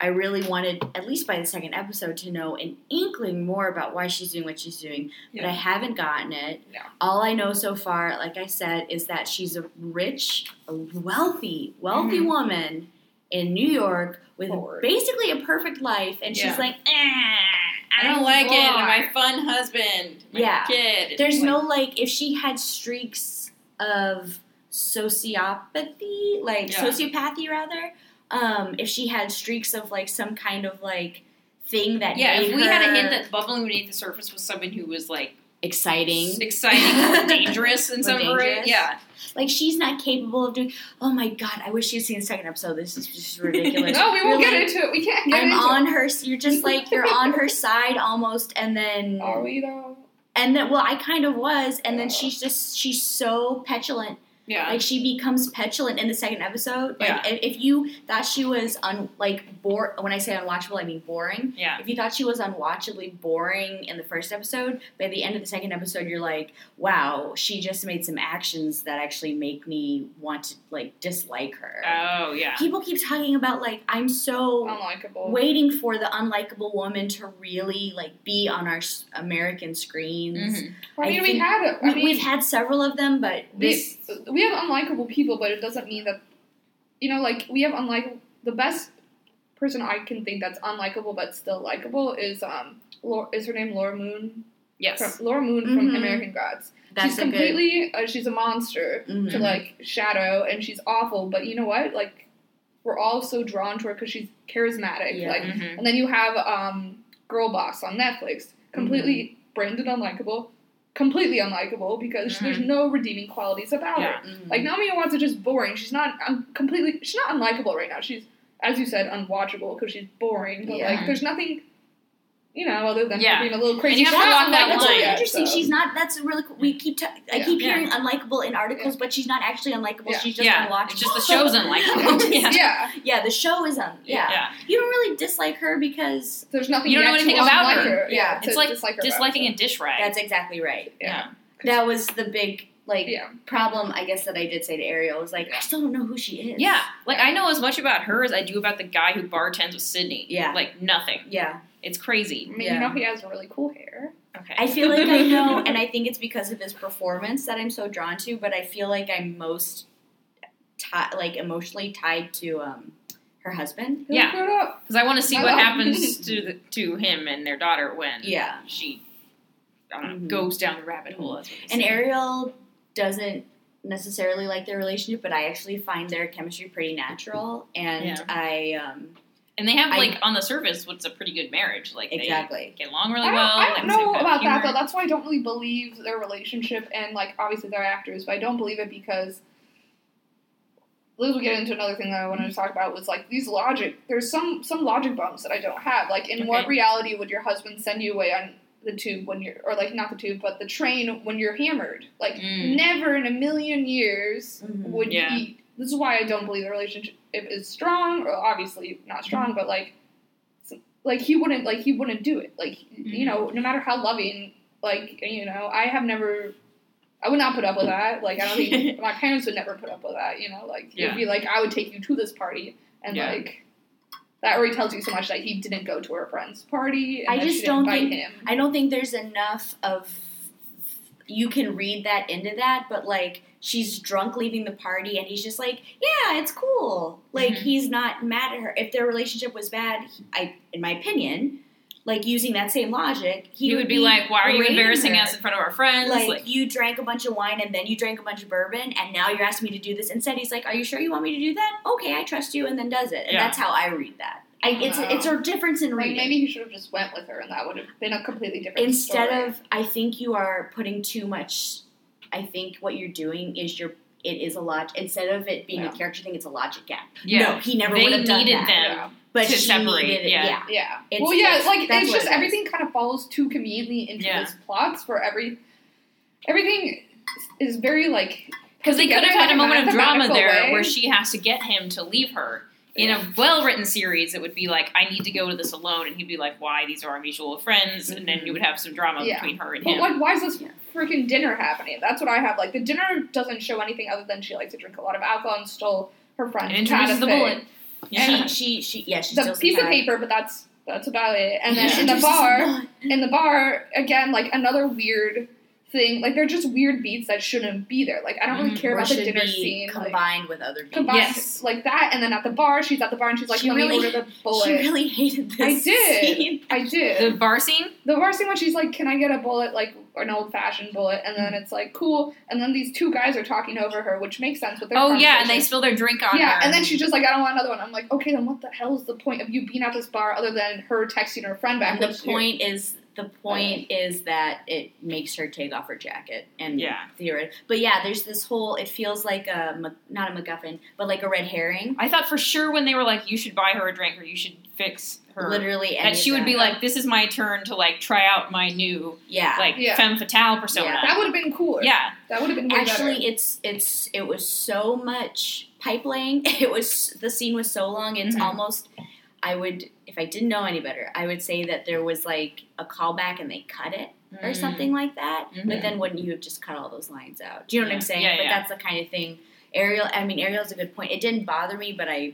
Speaker 3: I really wanted, at least by the second episode, to know an inkling more about why she's doing what she's doing. But I haven't gotten it.
Speaker 2: No.
Speaker 3: All I know so far, like I said, is that she's a rich, wealthy, wealthy
Speaker 1: Mhm.
Speaker 3: woman in New York with
Speaker 2: Bored.
Speaker 3: basically a perfect life, and
Speaker 1: Yeah.
Speaker 3: she's like, eh,
Speaker 1: I don't like it. And my
Speaker 3: bored."
Speaker 1: fun husband. My
Speaker 3: Yeah.
Speaker 1: Kid. and,
Speaker 3: There's
Speaker 1: like,
Speaker 3: no like if she had streaks of sociopathy, like
Speaker 1: Yeah.
Speaker 3: sociopathy rather. Um, if she had streaks of like some kind of like thing that
Speaker 1: Yeah,
Speaker 3: made
Speaker 1: if we had a
Speaker 3: her-
Speaker 1: hint that bubbling beneath the surface was someone who was like
Speaker 3: exciting.
Speaker 1: exciting, dangerous in
Speaker 3: Or
Speaker 1: some way.
Speaker 3: dangerous.
Speaker 1: Yeah,
Speaker 3: Like she's not capable of doing. Oh my god! I wish she'd seen the second episode. This is just ridiculous.
Speaker 2: No, we won't
Speaker 3: You're
Speaker 2: get
Speaker 3: like,
Speaker 2: into it. We can't get
Speaker 3: I'm
Speaker 2: into
Speaker 3: on
Speaker 2: it.
Speaker 3: her. You're just like you're on her side almost, and then
Speaker 2: Are we though?
Speaker 3: and then well, I kind of was, and then she's just she's so petulant.
Speaker 1: yeah.
Speaker 3: Like she becomes petulant in the second episode. Like
Speaker 1: Yeah.
Speaker 3: if, if you thought she was un like bore when I say unwatchable, I mean boring.
Speaker 1: yeah.
Speaker 3: If you thought she was unwatchably boring in the first episode, by the end of the second episode, you're like, wow, she just made some actions that actually make me want to like dislike her.
Speaker 1: Oh yeah.
Speaker 3: People keep talking about like I'm so
Speaker 2: Unlikable.
Speaker 3: waiting for the unlikable woman to really like be on our s- American screens.
Speaker 1: Mhm.
Speaker 2: I
Speaker 3: I
Speaker 2: mean, we
Speaker 3: think
Speaker 2: had. it. Mm-hmm. I
Speaker 3: We,
Speaker 2: mean,
Speaker 3: we've had several of them, but this.
Speaker 2: we, we have unlikable people, but it doesn't mean that you know, like we have unlikable. The best person I can think that's unlikable but still likable is um Laura, is her name Laura Moon
Speaker 1: Yes.
Speaker 2: from Laura Moon from
Speaker 3: Mhm.
Speaker 2: American Gods.
Speaker 3: That's
Speaker 2: she's
Speaker 3: a good.
Speaker 2: completely uh, she's a monster
Speaker 3: Mhm.
Speaker 2: to like Shadow, and she's awful. But you know what? Like we're all so drawn to her because she's charismatic.
Speaker 3: Yeah.
Speaker 2: Like,
Speaker 1: Mhm.
Speaker 2: and then you have um Girl Boss on Netflix, completely
Speaker 1: Mm-hmm.
Speaker 2: branded unlikable, completely unlikable because there's no redeeming qualities about her.
Speaker 1: Yeah.
Speaker 3: Mhm.
Speaker 2: Like Naomi Watts is just boring. She's not un- completely. She's not unlikable right now. She's, as you said, unwatchable because she's boring. But
Speaker 3: Yeah.
Speaker 2: like, there's nothing, you know, other than her
Speaker 1: Yeah.
Speaker 2: being a little
Speaker 1: you
Speaker 2: crazy.
Speaker 1: have
Speaker 2: She's
Speaker 1: to
Speaker 2: not
Speaker 1: walk that
Speaker 2: unlikable
Speaker 3: That's really
Speaker 1: line.
Speaker 2: yet,
Speaker 3: interesting.
Speaker 2: so-
Speaker 3: She's not. That's really cool. We keep. ta- I
Speaker 2: Yeah.
Speaker 3: keep
Speaker 1: Yeah.
Speaker 3: hearing unlikable in articles, but she's not actually unlikable.
Speaker 2: Yeah.
Speaker 3: She's just
Speaker 1: Yeah.
Speaker 3: unwatchable.
Speaker 1: It's just the show's unlikable. Yeah.
Speaker 2: yeah.
Speaker 3: yeah, the show is un. Yeah.
Speaker 1: Yeah.
Speaker 3: you don't really dislike her because
Speaker 2: There's nothing.
Speaker 1: You don't know
Speaker 2: yet to
Speaker 1: anything about
Speaker 2: unlike
Speaker 1: her.
Speaker 3: Yeah.
Speaker 2: to
Speaker 1: It's like
Speaker 2: dislike her about,
Speaker 1: Disliking
Speaker 2: so.
Speaker 1: a dish rag.
Speaker 3: that's exactly right.
Speaker 2: Yeah.
Speaker 3: That was the big like
Speaker 2: Yeah.
Speaker 3: problem, I guess, that I did say to Ariel was like, I still don't know who she is.
Speaker 1: Yeah, like I know as much about her as I do about the guy who bartends with Sydney.
Speaker 3: Yeah.
Speaker 1: like nothing.
Speaker 3: yeah.
Speaker 1: It's
Speaker 2: I
Speaker 1: crazy.
Speaker 2: mean,
Speaker 3: Yeah.
Speaker 2: you know, he has really cool hair.
Speaker 1: Okay,
Speaker 3: I feel like I know, and I think it's because of his performance that I'm so drawn to. But I feel like I'm most, ti like emotionally tied to um, her husband.
Speaker 2: He
Speaker 1: Yeah.
Speaker 2: grew up.
Speaker 1: because I want to see
Speaker 2: I
Speaker 1: what
Speaker 2: know.
Speaker 1: happens to the, to him and their daughter when
Speaker 3: Yeah.
Speaker 1: she I don't know,
Speaker 3: Mhm.
Speaker 1: goes down the rabbit hole. that's what they
Speaker 3: And
Speaker 1: say.
Speaker 3: Ariel doesn't necessarily like their relationship, but I actually find their chemistry pretty natural, and
Speaker 1: Yeah.
Speaker 3: I um,
Speaker 1: and they have
Speaker 3: I-
Speaker 1: like on the surface, what's a pretty good marriage. Like
Speaker 3: exactly.
Speaker 1: they get along
Speaker 2: I
Speaker 1: really
Speaker 2: don't,
Speaker 1: well.
Speaker 2: I don't
Speaker 1: like,
Speaker 2: know
Speaker 1: same kind of
Speaker 2: about that though.
Speaker 1: humor.
Speaker 2: That's why I don't really believe their relationship, and like obviously they're actors, but I don't believe it because. Liz will get into another thing that I wanted to talk about was like these logic. There's some some logic bumps that I don't have. Like, in what
Speaker 1: Okay.
Speaker 2: reality would your husband send you away on the tube when you're, or like not the tube, but the train when you're hammered? Like,
Speaker 1: Mm. Mm-hmm.
Speaker 2: never in a million years
Speaker 3: Mhm.
Speaker 2: would
Speaker 1: Yeah.
Speaker 2: he. This is why I don't believe the relationship is strong, or obviously not strong, but like like he wouldn't like he wouldn't do it like you
Speaker 3: Mm-hmm.
Speaker 2: know no matter how loving like you know i have never i would not put up with that like i don't think my parents would never put up with that you know like
Speaker 1: Yeah.
Speaker 2: it'd be like i would take you to this party and
Speaker 1: Yeah.
Speaker 2: like that already tells you so much that he didn't go to her friend's party and
Speaker 3: I
Speaker 2: that she
Speaker 3: just
Speaker 2: didn't
Speaker 3: don't
Speaker 2: invite
Speaker 3: think-
Speaker 2: him
Speaker 3: I don't think there's enough of you can read that into that, but like she's drunk leaving the party and he's just like, yeah, it's cool. Like
Speaker 1: Mhm.
Speaker 3: he's not mad at her. If their relationship was bad, he- I in my opinion, like using that same logic, he,
Speaker 1: He would be like, "Why are you
Speaker 3: berating
Speaker 1: embarrassing
Speaker 3: her.
Speaker 1: us in front of our friends?"
Speaker 3: Like, you drank a bunch of wine and then you drank a bunch of bourbon and now you're asking me to do this. Instead, he's like, "Are you sure you want me to do that? Okay, I trust you." And then does it. And
Speaker 1: Yeah.
Speaker 3: that's how I read that. I, it's
Speaker 2: Wow.
Speaker 3: it's a difference in
Speaker 2: like
Speaker 3: reading
Speaker 2: maybe he should have just went with her and that would have been a completely different
Speaker 3: instead
Speaker 2: story.
Speaker 3: of i think you are putting too much i think what you're doing is you're it is a log instead of it being
Speaker 2: Yeah.
Speaker 3: a character thing it's a logic gap
Speaker 1: yeah,
Speaker 3: no he never
Speaker 1: they
Speaker 3: would have
Speaker 1: needed
Speaker 3: done that
Speaker 1: them.
Speaker 2: yeah,
Speaker 3: but
Speaker 1: to
Speaker 3: she
Speaker 1: separate,
Speaker 3: needed it
Speaker 1: yeah.
Speaker 2: yeah.
Speaker 3: It's-
Speaker 2: well yeah
Speaker 3: that's-
Speaker 2: like
Speaker 3: that's
Speaker 2: it's
Speaker 3: what
Speaker 2: just
Speaker 3: it is.
Speaker 2: everything kind of falls too conveniently into
Speaker 1: Yeah.
Speaker 2: his plots for every everything is very like
Speaker 1: Because they could have had a moment of drama there
Speaker 2: way.
Speaker 1: where she has to get him to leave her. In
Speaker 2: Yeah.
Speaker 1: a well written series, it would be like, I need to go to this alone. And he'd be like, Why? These are our mutual friends. And then you would have some drama
Speaker 2: Yeah.
Speaker 1: between her and
Speaker 2: But
Speaker 1: him.
Speaker 2: like, why is this
Speaker 3: Yeah.
Speaker 2: freaking dinner happening? That's what I have. Like, the dinner doesn't show anything other than she likes to drink a lot of alcohol and stole her friend's
Speaker 1: and introduces
Speaker 2: Tada
Speaker 1: the
Speaker 2: thing.
Speaker 1: bullet. Yeah.
Speaker 3: she she she yeah she
Speaker 2: The
Speaker 3: steals
Speaker 2: piece of
Speaker 3: cat.
Speaker 2: paper, but that's that's about it. And then
Speaker 1: Yeah.
Speaker 2: in the
Speaker 3: She's
Speaker 2: bar,
Speaker 3: not-
Speaker 2: in the bar again, like another weird thing. Like, they're just weird beats that shouldn't be there. Like, I don't really
Speaker 1: Mhm.
Speaker 2: care
Speaker 3: or
Speaker 2: about the
Speaker 3: should
Speaker 2: dinner
Speaker 3: be
Speaker 2: scene. like-
Speaker 3: combined with other people
Speaker 2: combined
Speaker 1: Yes.
Speaker 2: like that, and then at the bar, she's at the bar and she's like,
Speaker 3: She
Speaker 2: "Let
Speaker 3: really-
Speaker 2: me order the bullet."
Speaker 3: she really hated this
Speaker 2: I did.
Speaker 3: scene.
Speaker 2: I
Speaker 1: The
Speaker 2: did.
Speaker 1: bar scene?
Speaker 2: The bar scene when she's like, "Can I get a bullet, like an old fashioned bullet?" And then it's like, "Cool." And then these two guys are talking over her, which makes sense with their
Speaker 1: Oh, yeah. And they
Speaker 2: conversation.
Speaker 1: spill their drink on
Speaker 2: yeah,
Speaker 1: her.
Speaker 2: and then she's just like, "I don't want another one." I'm like, "Okay, then what the hell is the point of you being at this bar other than her texting her friend back?"
Speaker 3: And the
Speaker 2: which-
Speaker 3: point is the point is that it makes her take off her jacket and
Speaker 1: Yeah.
Speaker 3: theoret- But yeah, there's this whole. It feels like a Mc- not a MacGuffin, but like a red herring.
Speaker 1: I thought for sure when they were like, you should buy her a drink or you should fix her.
Speaker 3: Literally, any
Speaker 1: that she
Speaker 3: of
Speaker 1: would be
Speaker 3: that.
Speaker 1: like, this is my turn to like try out my new
Speaker 3: yeah.
Speaker 1: like
Speaker 2: Yeah.
Speaker 1: femme fatale persona.
Speaker 3: Yeah.
Speaker 2: That would have been cooler.
Speaker 1: Yeah.
Speaker 2: That would have been way better.
Speaker 3: Actually, it's it's it was so much pipelaying. It was the scene was so long. It's
Speaker 1: Mhm.
Speaker 3: almost I would if I didn't know any better, I would say that there was like a callback and they cut it or
Speaker 2: Mm.
Speaker 1: Mm-hmm.
Speaker 3: something like that.
Speaker 1: Mhm.
Speaker 3: But then wouldn't you have just cut all those lines out? Do you know what
Speaker 1: Yeah.
Speaker 3: I'm saying?
Speaker 1: Yeah,
Speaker 3: but
Speaker 1: yeah.
Speaker 3: that's the kind of thing. Ariel, I mean, Ariel's a good point. It didn't bother me, but I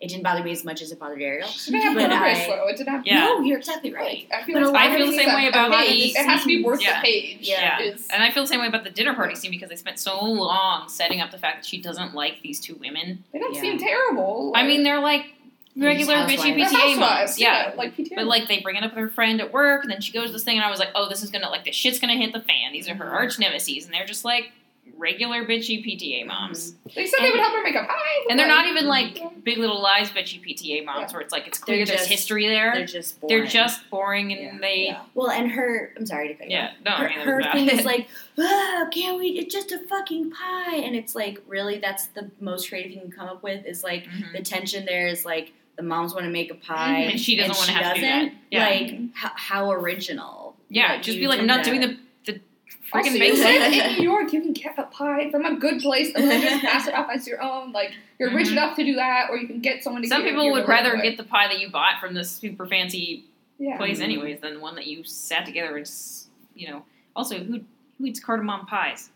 Speaker 3: it didn't bother me as much as it bothered Ariel.
Speaker 2: It didn't
Speaker 3: But
Speaker 2: have purpose,
Speaker 3: I-
Speaker 2: though. It didn't have
Speaker 1: Yeah.
Speaker 3: No, you're exactly right.
Speaker 2: I feel,
Speaker 3: But
Speaker 2: like
Speaker 3: a lot
Speaker 2: I
Speaker 3: of
Speaker 2: feel the
Speaker 3: these
Speaker 2: same
Speaker 3: are-
Speaker 2: way
Speaker 3: a
Speaker 2: about
Speaker 3: lot of
Speaker 2: these.
Speaker 3: these
Speaker 2: It has to be worth
Speaker 1: Yeah.
Speaker 2: the page.
Speaker 3: Yeah.
Speaker 2: It's-
Speaker 1: And I feel the same way about the dinner party scene because they spent so long setting up the fact that she doesn't like these two women.
Speaker 2: they don't
Speaker 3: Yeah.
Speaker 2: seem terrible.
Speaker 1: I mean, they're like regular
Speaker 3: Housewives.
Speaker 1: bitchy
Speaker 2: They're
Speaker 1: PTA moms.
Speaker 2: housewives,
Speaker 1: Yeah.
Speaker 2: like PTA.
Speaker 1: But like they bring it up with her friend at work, and then she goes to this thing, and I was like, "Oh, this is gonna like the shit's gonna hit the fan." These are
Speaker 3: Mm-hmm.
Speaker 1: her arch nemesis, and they're just like regular bitchy
Speaker 3: Mm-hmm.
Speaker 1: PTA moms.
Speaker 2: they said they
Speaker 1: and-
Speaker 2: would help her make a pie, but,
Speaker 1: And they're
Speaker 2: like,
Speaker 1: not even like Big Little Lies bitchy PTA moms, where it's like it's clear
Speaker 3: They're
Speaker 1: there's
Speaker 3: just-
Speaker 1: history there.
Speaker 3: They're just boring.
Speaker 1: They're just boring, and
Speaker 3: Yeah.
Speaker 1: they
Speaker 2: Yeah.
Speaker 3: well, and her. I'm sorry to cut you off.
Speaker 1: yeah. No, I
Speaker 3: her,
Speaker 1: mean, there's
Speaker 3: her
Speaker 1: that.
Speaker 3: thing is like, oh, can't we? It's just a fucking pie, and it's like, really, that's the most creative you can come up with. Is like
Speaker 1: Mhm.
Speaker 3: the tension there is like the moms want to make a pie,
Speaker 1: Mm-hmm. And she doesn't
Speaker 3: and
Speaker 1: wanna
Speaker 3: she
Speaker 1: have to do that.
Speaker 3: doesn't.
Speaker 1: Yeah.
Speaker 3: Like, how, how original?
Speaker 1: yeah,
Speaker 3: that
Speaker 1: just
Speaker 3: you
Speaker 1: be like
Speaker 3: did
Speaker 1: not
Speaker 3: that.
Speaker 1: doing the the
Speaker 2: Also,
Speaker 1: freaking
Speaker 2: you
Speaker 1: basics.
Speaker 2: live in New York. You can get a pie from a good place, and then just pass it off as your own. Like you're rich
Speaker 1: Mhm.
Speaker 2: enough to do that, or you can get someone to.
Speaker 1: Some
Speaker 2: give it to
Speaker 1: people
Speaker 2: you
Speaker 1: would
Speaker 2: right
Speaker 1: rather
Speaker 2: away.
Speaker 1: get the pie that you bought from this super fancy
Speaker 2: Yeah.
Speaker 1: place, anyways, than one that you sat together and s- you know. Also, who who eats cardamom pies?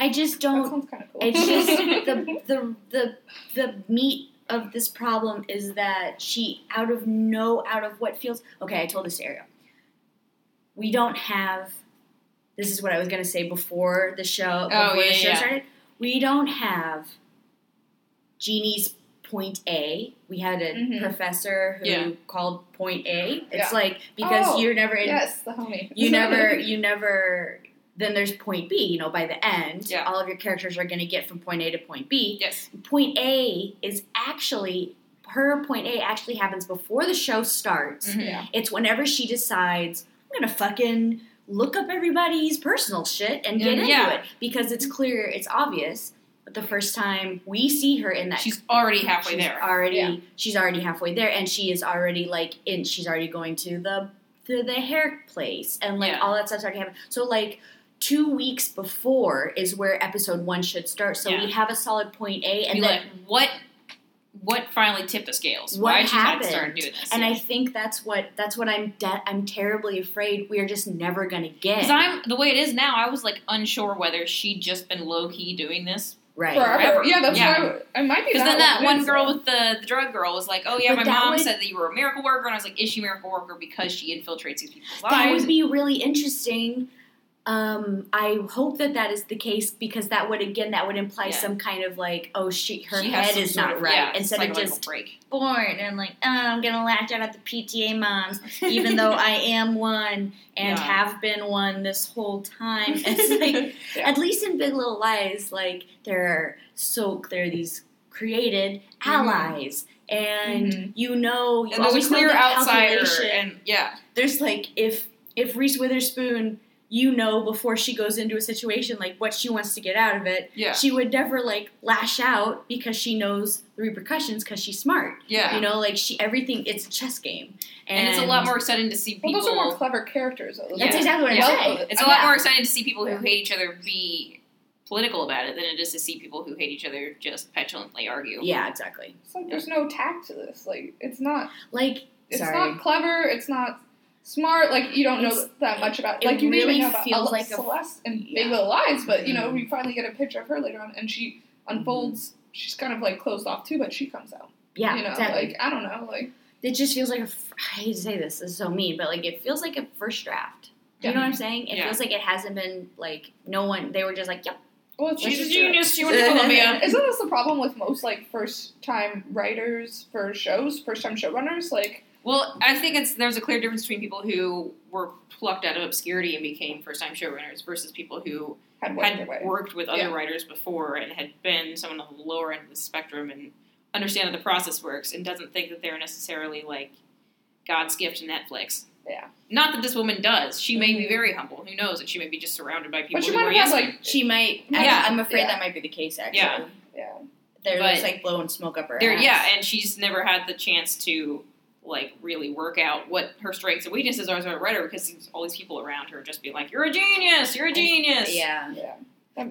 Speaker 3: I just
Speaker 2: That
Speaker 3: don't.
Speaker 2: sounds kind of cool.
Speaker 3: It's just the the the the meat of this problem is that she out of no out of what feels okay. I told this to Ariel. We don't have. This is what I was gonna say before the show. Before
Speaker 1: Oh, yeah,
Speaker 3: the show
Speaker 1: yeah.
Speaker 3: started, we don't have Jeannie's point A. We had a
Speaker 2: Mhm.
Speaker 3: professor who
Speaker 1: Mm-hmm. Yeah.
Speaker 3: called point A. It's
Speaker 2: Yeah.
Speaker 3: like because
Speaker 2: Oh,
Speaker 3: you're never in
Speaker 2: yes, the homie.
Speaker 3: you never you never then there's point b you know by the end
Speaker 1: Yeah.
Speaker 3: all of your characters are going to get from point a to point b
Speaker 1: Yes.
Speaker 3: point a is actually her point a actually happens before the show starts
Speaker 1: Mm-hmm. Mm.
Speaker 2: Yeah.
Speaker 3: it's whenever she decides i'm going to fucking look up everybody's personal shit and get
Speaker 1: Yeah.
Speaker 3: into
Speaker 1: Yeah.
Speaker 3: it because it's clear it's obvious but the first time we see her in that
Speaker 1: She's already halfway
Speaker 3: she's
Speaker 1: there.
Speaker 3: Already,
Speaker 2: Yeah.
Speaker 3: she's already halfway there, and she is already like in. She's already going to the to the hair place, and like
Speaker 1: Yeah.
Speaker 3: all that stuff's already happened. So like two weeks before is where episode one should start. So
Speaker 1: Yeah.
Speaker 3: we have a solid point A,
Speaker 1: Be
Speaker 3: and
Speaker 1: like,
Speaker 3: then.
Speaker 1: what what finally tipped the scales?
Speaker 3: What
Speaker 1: Why did
Speaker 3: happened?
Speaker 1: you start doing this?
Speaker 3: and I think that's what that's what I'm de- I'm terribly afraid we're just never gonna get
Speaker 1: because I'm the way it is now, I was like unsure whether she'd just been low key doing this.
Speaker 3: right
Speaker 2: Forever. Yeah, that's
Speaker 1: Yeah.
Speaker 2: why I, I might be.
Speaker 1: Because then
Speaker 2: way
Speaker 1: that
Speaker 2: too,
Speaker 1: one
Speaker 2: so.
Speaker 1: girl with the, the drug girl was like, "Oh yeah, my
Speaker 3: But that
Speaker 1: mom
Speaker 3: would-
Speaker 1: said that you were a miracle worker," and I was like, "Is she a miracle worker because she infiltrates these people's
Speaker 3: that
Speaker 1: lives?"
Speaker 3: would be really interesting. Um, I hope that that is the case because that would again that would imply
Speaker 1: Yeah.
Speaker 3: some kind of like oh she her
Speaker 1: She has
Speaker 3: head
Speaker 1: some
Speaker 3: is
Speaker 1: sort
Speaker 3: not
Speaker 1: of-
Speaker 3: right
Speaker 1: yeah,
Speaker 3: instead of
Speaker 1: psychological
Speaker 3: just
Speaker 1: break.
Speaker 3: born and like oh, I'm gonna lash out at the PTA moms even though I am one and
Speaker 1: Yeah.
Speaker 3: have been one this whole time. It's like
Speaker 2: Yeah.
Speaker 3: at least in Big Little Lies, like there are so there are these created allies and
Speaker 2: Mhm.
Speaker 3: you know you
Speaker 1: Mm-hmm. and there's
Speaker 3: always
Speaker 1: a
Speaker 3: know
Speaker 1: clear
Speaker 3: the
Speaker 1: outsider,
Speaker 3: calculation
Speaker 1: and yeah,
Speaker 3: there's like if if Reese Witherspoon you know before she goes into a situation like what she wants to get out of it
Speaker 1: yeah,
Speaker 3: she would never like lash out because she knows the repercussions because she's smart
Speaker 1: yeah.
Speaker 3: you know like she everything it's a chess game
Speaker 1: and, it's a lot more exciting to see people.
Speaker 2: Well, those are more clever characters. though. Those
Speaker 3: that's
Speaker 1: Yeah.
Speaker 2: are-
Speaker 3: exactly what
Speaker 1: Yeah.
Speaker 3: i'm saying
Speaker 1: it's a lot
Speaker 3: Yeah.
Speaker 1: more exciting to see people who
Speaker 2: Yeah.
Speaker 1: hate each other be political about it than it is to see people who hate each other just petulantly argue.
Speaker 3: yeah exactly
Speaker 2: It's like there's no tact to this. Like it's not.
Speaker 3: like
Speaker 2: It's
Speaker 3: sorry
Speaker 2: not clever. It's not smart. Like you don't
Speaker 3: It's-
Speaker 2: know that much about.
Speaker 3: it
Speaker 2: Like you didn't
Speaker 3: really
Speaker 2: even know about
Speaker 3: feels
Speaker 2: Ele-
Speaker 3: like a-
Speaker 2: Celeste and
Speaker 3: yeah.
Speaker 2: Big Little Lies, but you know
Speaker 3: Mhm.
Speaker 2: we finally get a picture of her later on, and she unfolds. She's kind of like closed off too, but she comes out.
Speaker 3: yeah
Speaker 2: you know,
Speaker 3: exactly
Speaker 2: like I don't know, like
Speaker 3: it just feels like a f- i hate to say this this is so mean but like it feels like a first draft Do you know what I'm saying? It
Speaker 1: Yeah.
Speaker 3: feels like it hasn't been like no one. They were just like, "Yep,
Speaker 2: well, it's
Speaker 1: She's
Speaker 2: just
Speaker 1: a genius. She went to
Speaker 3: Yeah.
Speaker 1: Columbia.
Speaker 2: Isn't this the problem with most like first time writers for shows, first time showrunners? Like
Speaker 1: Well, I think it's there's a clear difference between people who were plucked out of obscurity and became first-time showrunners versus people who
Speaker 2: had one
Speaker 1: had
Speaker 2: their way.
Speaker 1: worked with other
Speaker 2: Yeah.
Speaker 1: writers before and had been someone on the lower end of the spectrum and understand how the process works and doesn't think that they're necessarily like God's gift to Netflix.
Speaker 2: Yeah.
Speaker 1: Not that this woman does. She may be
Speaker 2: Mhm.
Speaker 1: very humble. Who knows? And she may be just surrounded by people
Speaker 2: But she
Speaker 1: who
Speaker 2: might
Speaker 1: are
Speaker 2: have had
Speaker 1: yes.
Speaker 2: like
Speaker 3: She might.
Speaker 1: Yeah.
Speaker 3: Yeah, I'm afraid
Speaker 2: Yeah.
Speaker 3: that might be the case. Actually,
Speaker 1: Yeah.
Speaker 2: yeah.
Speaker 3: they're
Speaker 1: But-
Speaker 3: just like blowing smoke up her.
Speaker 1: there,
Speaker 3: ass.
Speaker 1: yeah, and she's never had the chance to like really work out what her strengths and weaknesses are as a writer because these- all these people around her just be like, "You're a genius. You're a genius."
Speaker 3: yeah.
Speaker 2: Yeah.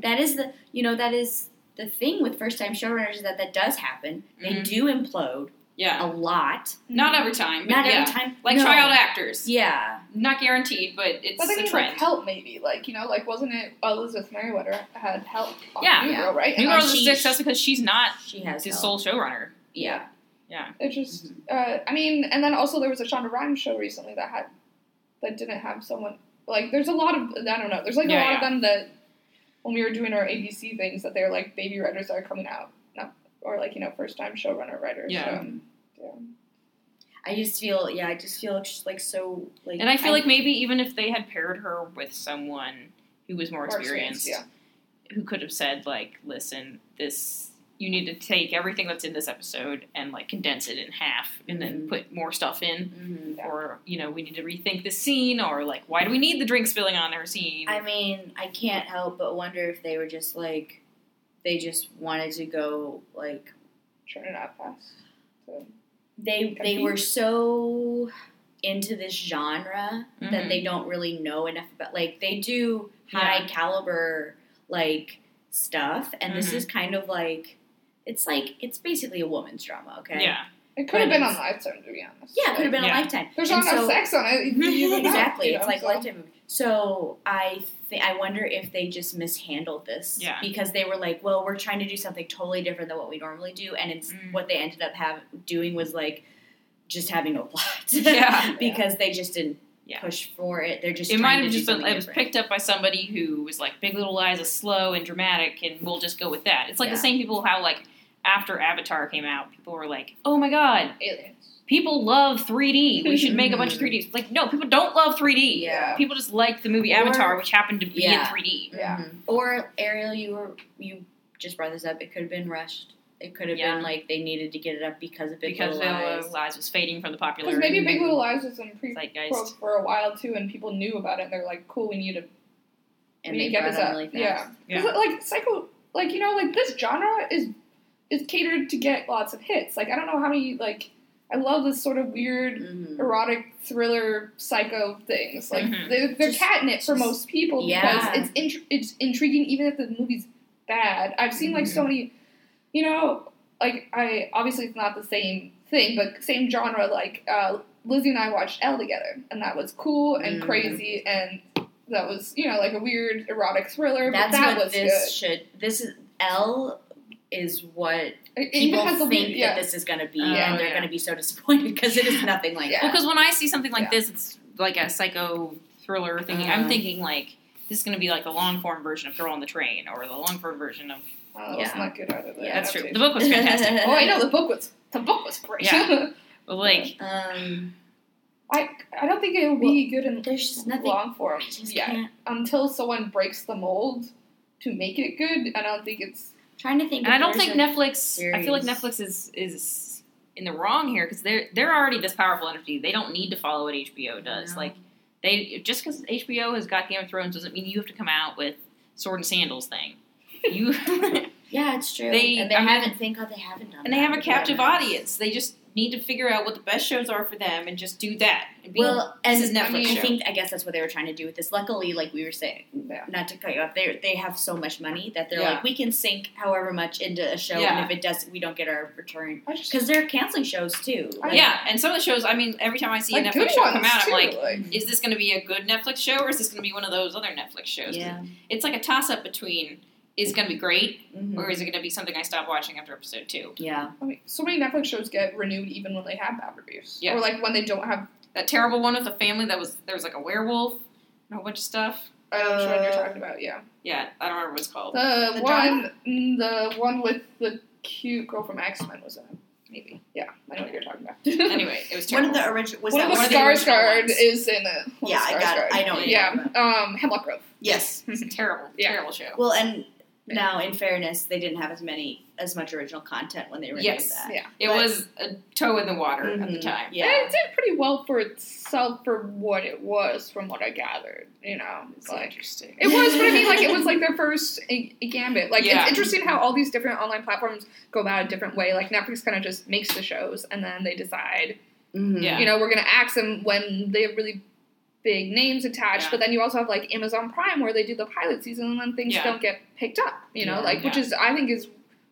Speaker 3: That is the you know that is the thing with first time showrunners is that that does happen. They
Speaker 2: Mm-hmm.
Speaker 1: Mhm.
Speaker 3: do implode
Speaker 1: yeah.
Speaker 3: a lot.
Speaker 1: Not every time. but
Speaker 3: Not
Speaker 1: Mm-hmm. yeah.
Speaker 3: every time.
Speaker 1: Like
Speaker 3: no.
Speaker 1: child actors.
Speaker 3: Yeah.
Speaker 1: Not guaranteed, but it's
Speaker 2: But they
Speaker 1: a
Speaker 2: needed
Speaker 1: trend.
Speaker 2: help, maybe. Like you know, like wasn't it Elizabeth Merriweather had help? On
Speaker 1: Yeah.
Speaker 2: New
Speaker 3: Yeah.
Speaker 2: Girl, right?
Speaker 1: New
Speaker 2: And,
Speaker 1: Girl
Speaker 2: like,
Speaker 1: is
Speaker 3: she-
Speaker 1: successful because she's not
Speaker 3: She has
Speaker 1: the
Speaker 3: help.
Speaker 1: sole showrunner.
Speaker 3: Yeah.
Speaker 1: Yeah.
Speaker 2: It just, uh, I mean, and then also there was a Shonda Rhimes show recently that had that didn't have someone like. There's a lot of I don't know. There's like
Speaker 1: Yeah,
Speaker 2: a lot of
Speaker 1: yeah.
Speaker 2: them that when we were doing our ABC things that they're like baby writers that are coming out, not or like you know first time showrunner writers.
Speaker 1: Yeah.
Speaker 2: Um, yeah.
Speaker 3: I just feel yeah. I just feel just like so like.
Speaker 1: And I feel like maybe even if they had paired her with someone who was more
Speaker 2: Or experience,
Speaker 1: experienced, who could have said like, "Listen, this you need to take everything that's in this episode and like condense it in half, and then
Speaker 3: Mhm.
Speaker 1: put more stuff in."
Speaker 3: Mhm.
Speaker 2: Yeah.
Speaker 1: Or you know, we need to rethink the scene, or like, why do we need the drink spilling on her scene?
Speaker 3: I mean, I can't help but wonder if they were just like, they just wanted to go like
Speaker 2: yeah. Turn it out fast. So,
Speaker 3: they they
Speaker 2: Compete.
Speaker 3: were so into this genre that
Speaker 1: Mhm.
Speaker 3: they don't really know enough about like they do high
Speaker 1: Yeah.
Speaker 3: caliber like stuff and this
Speaker 1: Mhm.
Speaker 3: is kind of like it's like it's basically a woman's drama okay
Speaker 1: yeah,
Speaker 2: it could have been on
Speaker 3: Friends.
Speaker 2: Lifetime to be honest.
Speaker 3: yeah it could have been
Speaker 1: Yeah.
Speaker 3: a lifetime
Speaker 2: There's
Speaker 3: And
Speaker 2: not enough
Speaker 3: so-
Speaker 2: sex on it. You- you don't know,
Speaker 3: exactly
Speaker 2: you
Speaker 3: it's
Speaker 2: know,
Speaker 3: like
Speaker 2: so.
Speaker 3: lifetime movie. so i th- i wonder if they just mishandled this
Speaker 1: Yeah.
Speaker 3: because they were like well we're trying to do something totally different than what we normally do and it's
Speaker 1: Mm.
Speaker 3: what they ended up have doing was like just having no plot
Speaker 1: Yeah.
Speaker 3: because they just didn't
Speaker 1: Yeah.
Speaker 3: push for it they're just
Speaker 1: it
Speaker 3: trying
Speaker 1: might
Speaker 3: to
Speaker 1: have
Speaker 3: do
Speaker 1: just been
Speaker 3: something
Speaker 1: it was
Speaker 3: different.
Speaker 1: picked up by somebody who was like, "Big Little Lies is slow and dramatic, and we'll just go with that." It's like the
Speaker 3: Yeah.
Speaker 1: same people how like after Avatar came out, people were like, "Oh my god."
Speaker 2: aliens.
Speaker 1: people love 3D. We should make a bunch of 3Ds. Like, no, people don't love 3D.
Speaker 2: Yeah.
Speaker 1: People just like the movie
Speaker 3: Or-
Speaker 1: Avatar, which happened to be in
Speaker 3: Yeah.
Speaker 1: 3D.
Speaker 2: Yeah.
Speaker 3: Mhm. or ariel you were you just brought this up it could have been rushed it could have
Speaker 1: Yeah.
Speaker 3: been like they needed to get it up because of big
Speaker 1: Because
Speaker 3: Little
Speaker 1: Lies.
Speaker 3: Lies.
Speaker 1: Lies was fading from the popular
Speaker 2: Because maybe Big Little Lies was in pre
Speaker 1: zeitgeist.
Speaker 2: pro for a while too, and people knew about it. and They're like, "Cool, we need to we
Speaker 3: and
Speaker 2: need
Speaker 3: they
Speaker 2: to get
Speaker 3: brought
Speaker 2: this
Speaker 3: them
Speaker 2: up."
Speaker 3: really fast.
Speaker 2: yeah,
Speaker 1: Yeah.
Speaker 2: 'Cause, like psycho, like you know, like this genre is is catered to get lots of hits. Like I don't know how many like I love this sort of weird
Speaker 3: Mhm.
Speaker 2: erotic thriller psycho things. Like
Speaker 1: Mhm.
Speaker 2: they're, they're
Speaker 3: Mm-hmm. Just-
Speaker 2: catnip for most people
Speaker 3: Yeah.
Speaker 2: because it's intri- it's intriguing even if the movie's bad. I've seen
Speaker 3: Mm-hmm.
Speaker 2: like so many, you know, like I obviously it's not the same thing, but same genre. Like uh, Lizzie and I watched Elle together, and that was cool and
Speaker 3: Mm.
Speaker 2: crazy and. That was, you know, like a weird erotic thriller,
Speaker 3: That's
Speaker 2: but that
Speaker 3: what
Speaker 2: was
Speaker 3: this should. This is L is what
Speaker 2: good. It even
Speaker 3: people
Speaker 2: has a
Speaker 3: think
Speaker 2: weird, yeah.
Speaker 3: that this is going to be,
Speaker 1: Oh,
Speaker 3: and they're
Speaker 1: yeah.
Speaker 3: going to be so disappointed because it is nothing like
Speaker 2: Yeah.
Speaker 1: Well, because when I see something like
Speaker 2: Yeah.
Speaker 1: this, it's like a psycho thriller thingy. I'm
Speaker 3: Uh.
Speaker 1: thinking, like, this is going to be like the long form version of Girl on the Train or the long form version of.
Speaker 2: Oh, it's
Speaker 3: Yeah.
Speaker 2: not good either.
Speaker 3: Yeah,
Speaker 1: that's true.
Speaker 2: adaptation.
Speaker 1: The book was fantastic.
Speaker 2: oh, I know the book was the book was great.
Speaker 1: Yeah. but, like,
Speaker 3: Um,
Speaker 2: I I don't think it would be good in
Speaker 3: there's just nothing.
Speaker 2: long form.
Speaker 3: I just
Speaker 2: Yeah,
Speaker 3: can't.
Speaker 2: until someone breaks the mold to make it good, I don't think it's.
Speaker 3: trying to think.
Speaker 1: And
Speaker 3: if
Speaker 1: I don't
Speaker 3: there's
Speaker 1: think
Speaker 3: a-
Speaker 1: Netflix. I feel like
Speaker 3: series.
Speaker 1: Netflix is is in the wrong here because they're they're already this powerful entity. They don't need to follow what HBO does.
Speaker 3: No.
Speaker 1: Like they just because HBO has got Game of Thrones doesn't mean you have to come out with sword and sandals thing. You
Speaker 3: Yeah, it's true.
Speaker 1: They-
Speaker 3: and they
Speaker 1: I mean-
Speaker 3: haven't. Thank God they haven't done.
Speaker 1: and they have
Speaker 3: that.
Speaker 1: a captive
Speaker 3: Yeah.
Speaker 1: audience. They just need to figure out what the best shows are for them and just do that. And be,
Speaker 3: Well, and
Speaker 1: is Netflix
Speaker 3: I, mean,
Speaker 1: show.
Speaker 3: I think I guess that's what they were trying to do with this. Luckily, like we were saying,
Speaker 2: Yeah.
Speaker 3: not to cut you off, they they have so much money that they're
Speaker 1: Yeah.
Speaker 3: like, we can sink however much into a show,
Speaker 1: Yeah.
Speaker 3: and if it does, we don't get our return
Speaker 2: I just
Speaker 3: because they're canceling shows too. Like,
Speaker 1: yeah, and some of the shows. I mean, every time I see
Speaker 2: like
Speaker 1: a
Speaker 2: good
Speaker 1: Netflix show
Speaker 2: ones
Speaker 1: come out,
Speaker 2: too.
Speaker 1: I'm like.
Speaker 2: like
Speaker 1: Is this going to be a good Netflix show, or is this going to be one of those other Netflix shows?
Speaker 3: yeah.
Speaker 1: It's like a toss-up between is it going to be great
Speaker 3: Mhm.
Speaker 1: or
Speaker 2: Mm-hmm.
Speaker 1: is it going to be something I stop watching after episode two?
Speaker 3: Yeah.
Speaker 2: I mean, so many Netflix shows get renewed even when they have bad reviews,
Speaker 1: Yeah.
Speaker 2: or like when they don't have.
Speaker 1: That terrible one with the family that was there was like a werewolf and a whole bunch of stuff.
Speaker 2: I don't know what you're
Speaker 3: Uh,
Speaker 2: talking about. Yeah,
Speaker 1: Yeah, I don't remember what it's called.
Speaker 2: the,
Speaker 3: The
Speaker 2: one, mm, the one with the cute girl from X Men was in it.
Speaker 1: Maybe.
Speaker 2: Yeah, I know what you're talking about.
Speaker 1: Anyway, it was
Speaker 3: One
Speaker 1: terrible.
Speaker 3: of the original was
Speaker 2: one
Speaker 3: that
Speaker 2: of
Speaker 1: the
Speaker 2: the
Speaker 1: Scar-
Speaker 3: one
Speaker 1: original
Speaker 2: Scar Scarred
Speaker 1: ones?
Speaker 2: is in it. One
Speaker 3: Yeah,
Speaker 2: of the
Speaker 3: I got it.
Speaker 2: Scarred.
Speaker 3: I know. what you're
Speaker 2: Yeah,
Speaker 3: talking about.
Speaker 2: um, Hemlock Grove.
Speaker 3: Yes.
Speaker 1: terrible,
Speaker 2: Yeah.
Speaker 1: terrible show.
Speaker 3: Well, and Now, in fairness, they didn't have as many as much original content when they renewed
Speaker 1: Yes.
Speaker 3: that.
Speaker 2: Yeah.
Speaker 1: It
Speaker 3: But-
Speaker 1: was a toe in the water
Speaker 2: Mm-hmm.
Speaker 1: at the
Speaker 3: Mhm,
Speaker 1: time.
Speaker 3: Yeah.
Speaker 2: And it did pretty well for itself for what it was, from what I gathered. You know, it's like
Speaker 1: interesting.
Speaker 2: It was, but I mean, like, it was like their first i- gambit. Like,
Speaker 1: Yeah.
Speaker 2: it's interesting how all these different online platforms go about it a different way. Like, Netflix kind of just makes the shows and then they decide,
Speaker 3: Mhm.
Speaker 1: Yeah.
Speaker 2: you know, we're going to axe them when they have really big names attached.
Speaker 1: Yeah.
Speaker 2: But then you also have, like, Amazon Prime where they do the pilot season and then things
Speaker 1: Yeah.
Speaker 2: don't get picked up, you know,
Speaker 3: Yeah.
Speaker 2: like, which
Speaker 1: Yeah.
Speaker 2: is, I think, is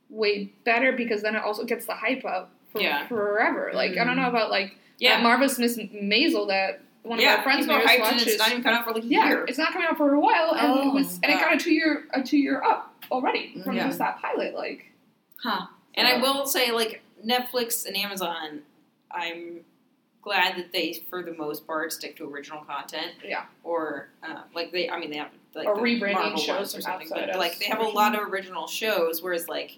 Speaker 2: way better because then it also gets the hype up for
Speaker 1: Yeah. Mm-hmm.
Speaker 2: forever. Like, I don't know about, like, that
Speaker 1: Yeah.
Speaker 2: Marvelous Miss Maisel that one of
Speaker 1: yeah.
Speaker 2: our friends
Speaker 1: People are
Speaker 2: made us
Speaker 1: hyped
Speaker 2: watch
Speaker 1: and
Speaker 2: is-
Speaker 1: it's not even cut out for like a
Speaker 2: yeah,
Speaker 1: year.
Speaker 2: it's not coming out for a while, and
Speaker 3: Oh,
Speaker 2: it was, and it got a two year a two year up already from
Speaker 1: Mm, Yeah.
Speaker 2: just that pilot. Like,
Speaker 1: Huh. And I
Speaker 2: Yeah.
Speaker 1: will say, like, Netflix and Amazon, I'm glad that they, for the most part, stick to original content.
Speaker 2: Yeah.
Speaker 1: Or, uh, like, they, I mean, they have, like,
Speaker 2: Or
Speaker 1: the
Speaker 2: rebranding
Speaker 1: Marvel
Speaker 2: shows
Speaker 1: ones or
Speaker 2: from
Speaker 1: something,
Speaker 2: outside
Speaker 1: but,
Speaker 2: of
Speaker 1: like, they have a lot of original shows, whereas, like,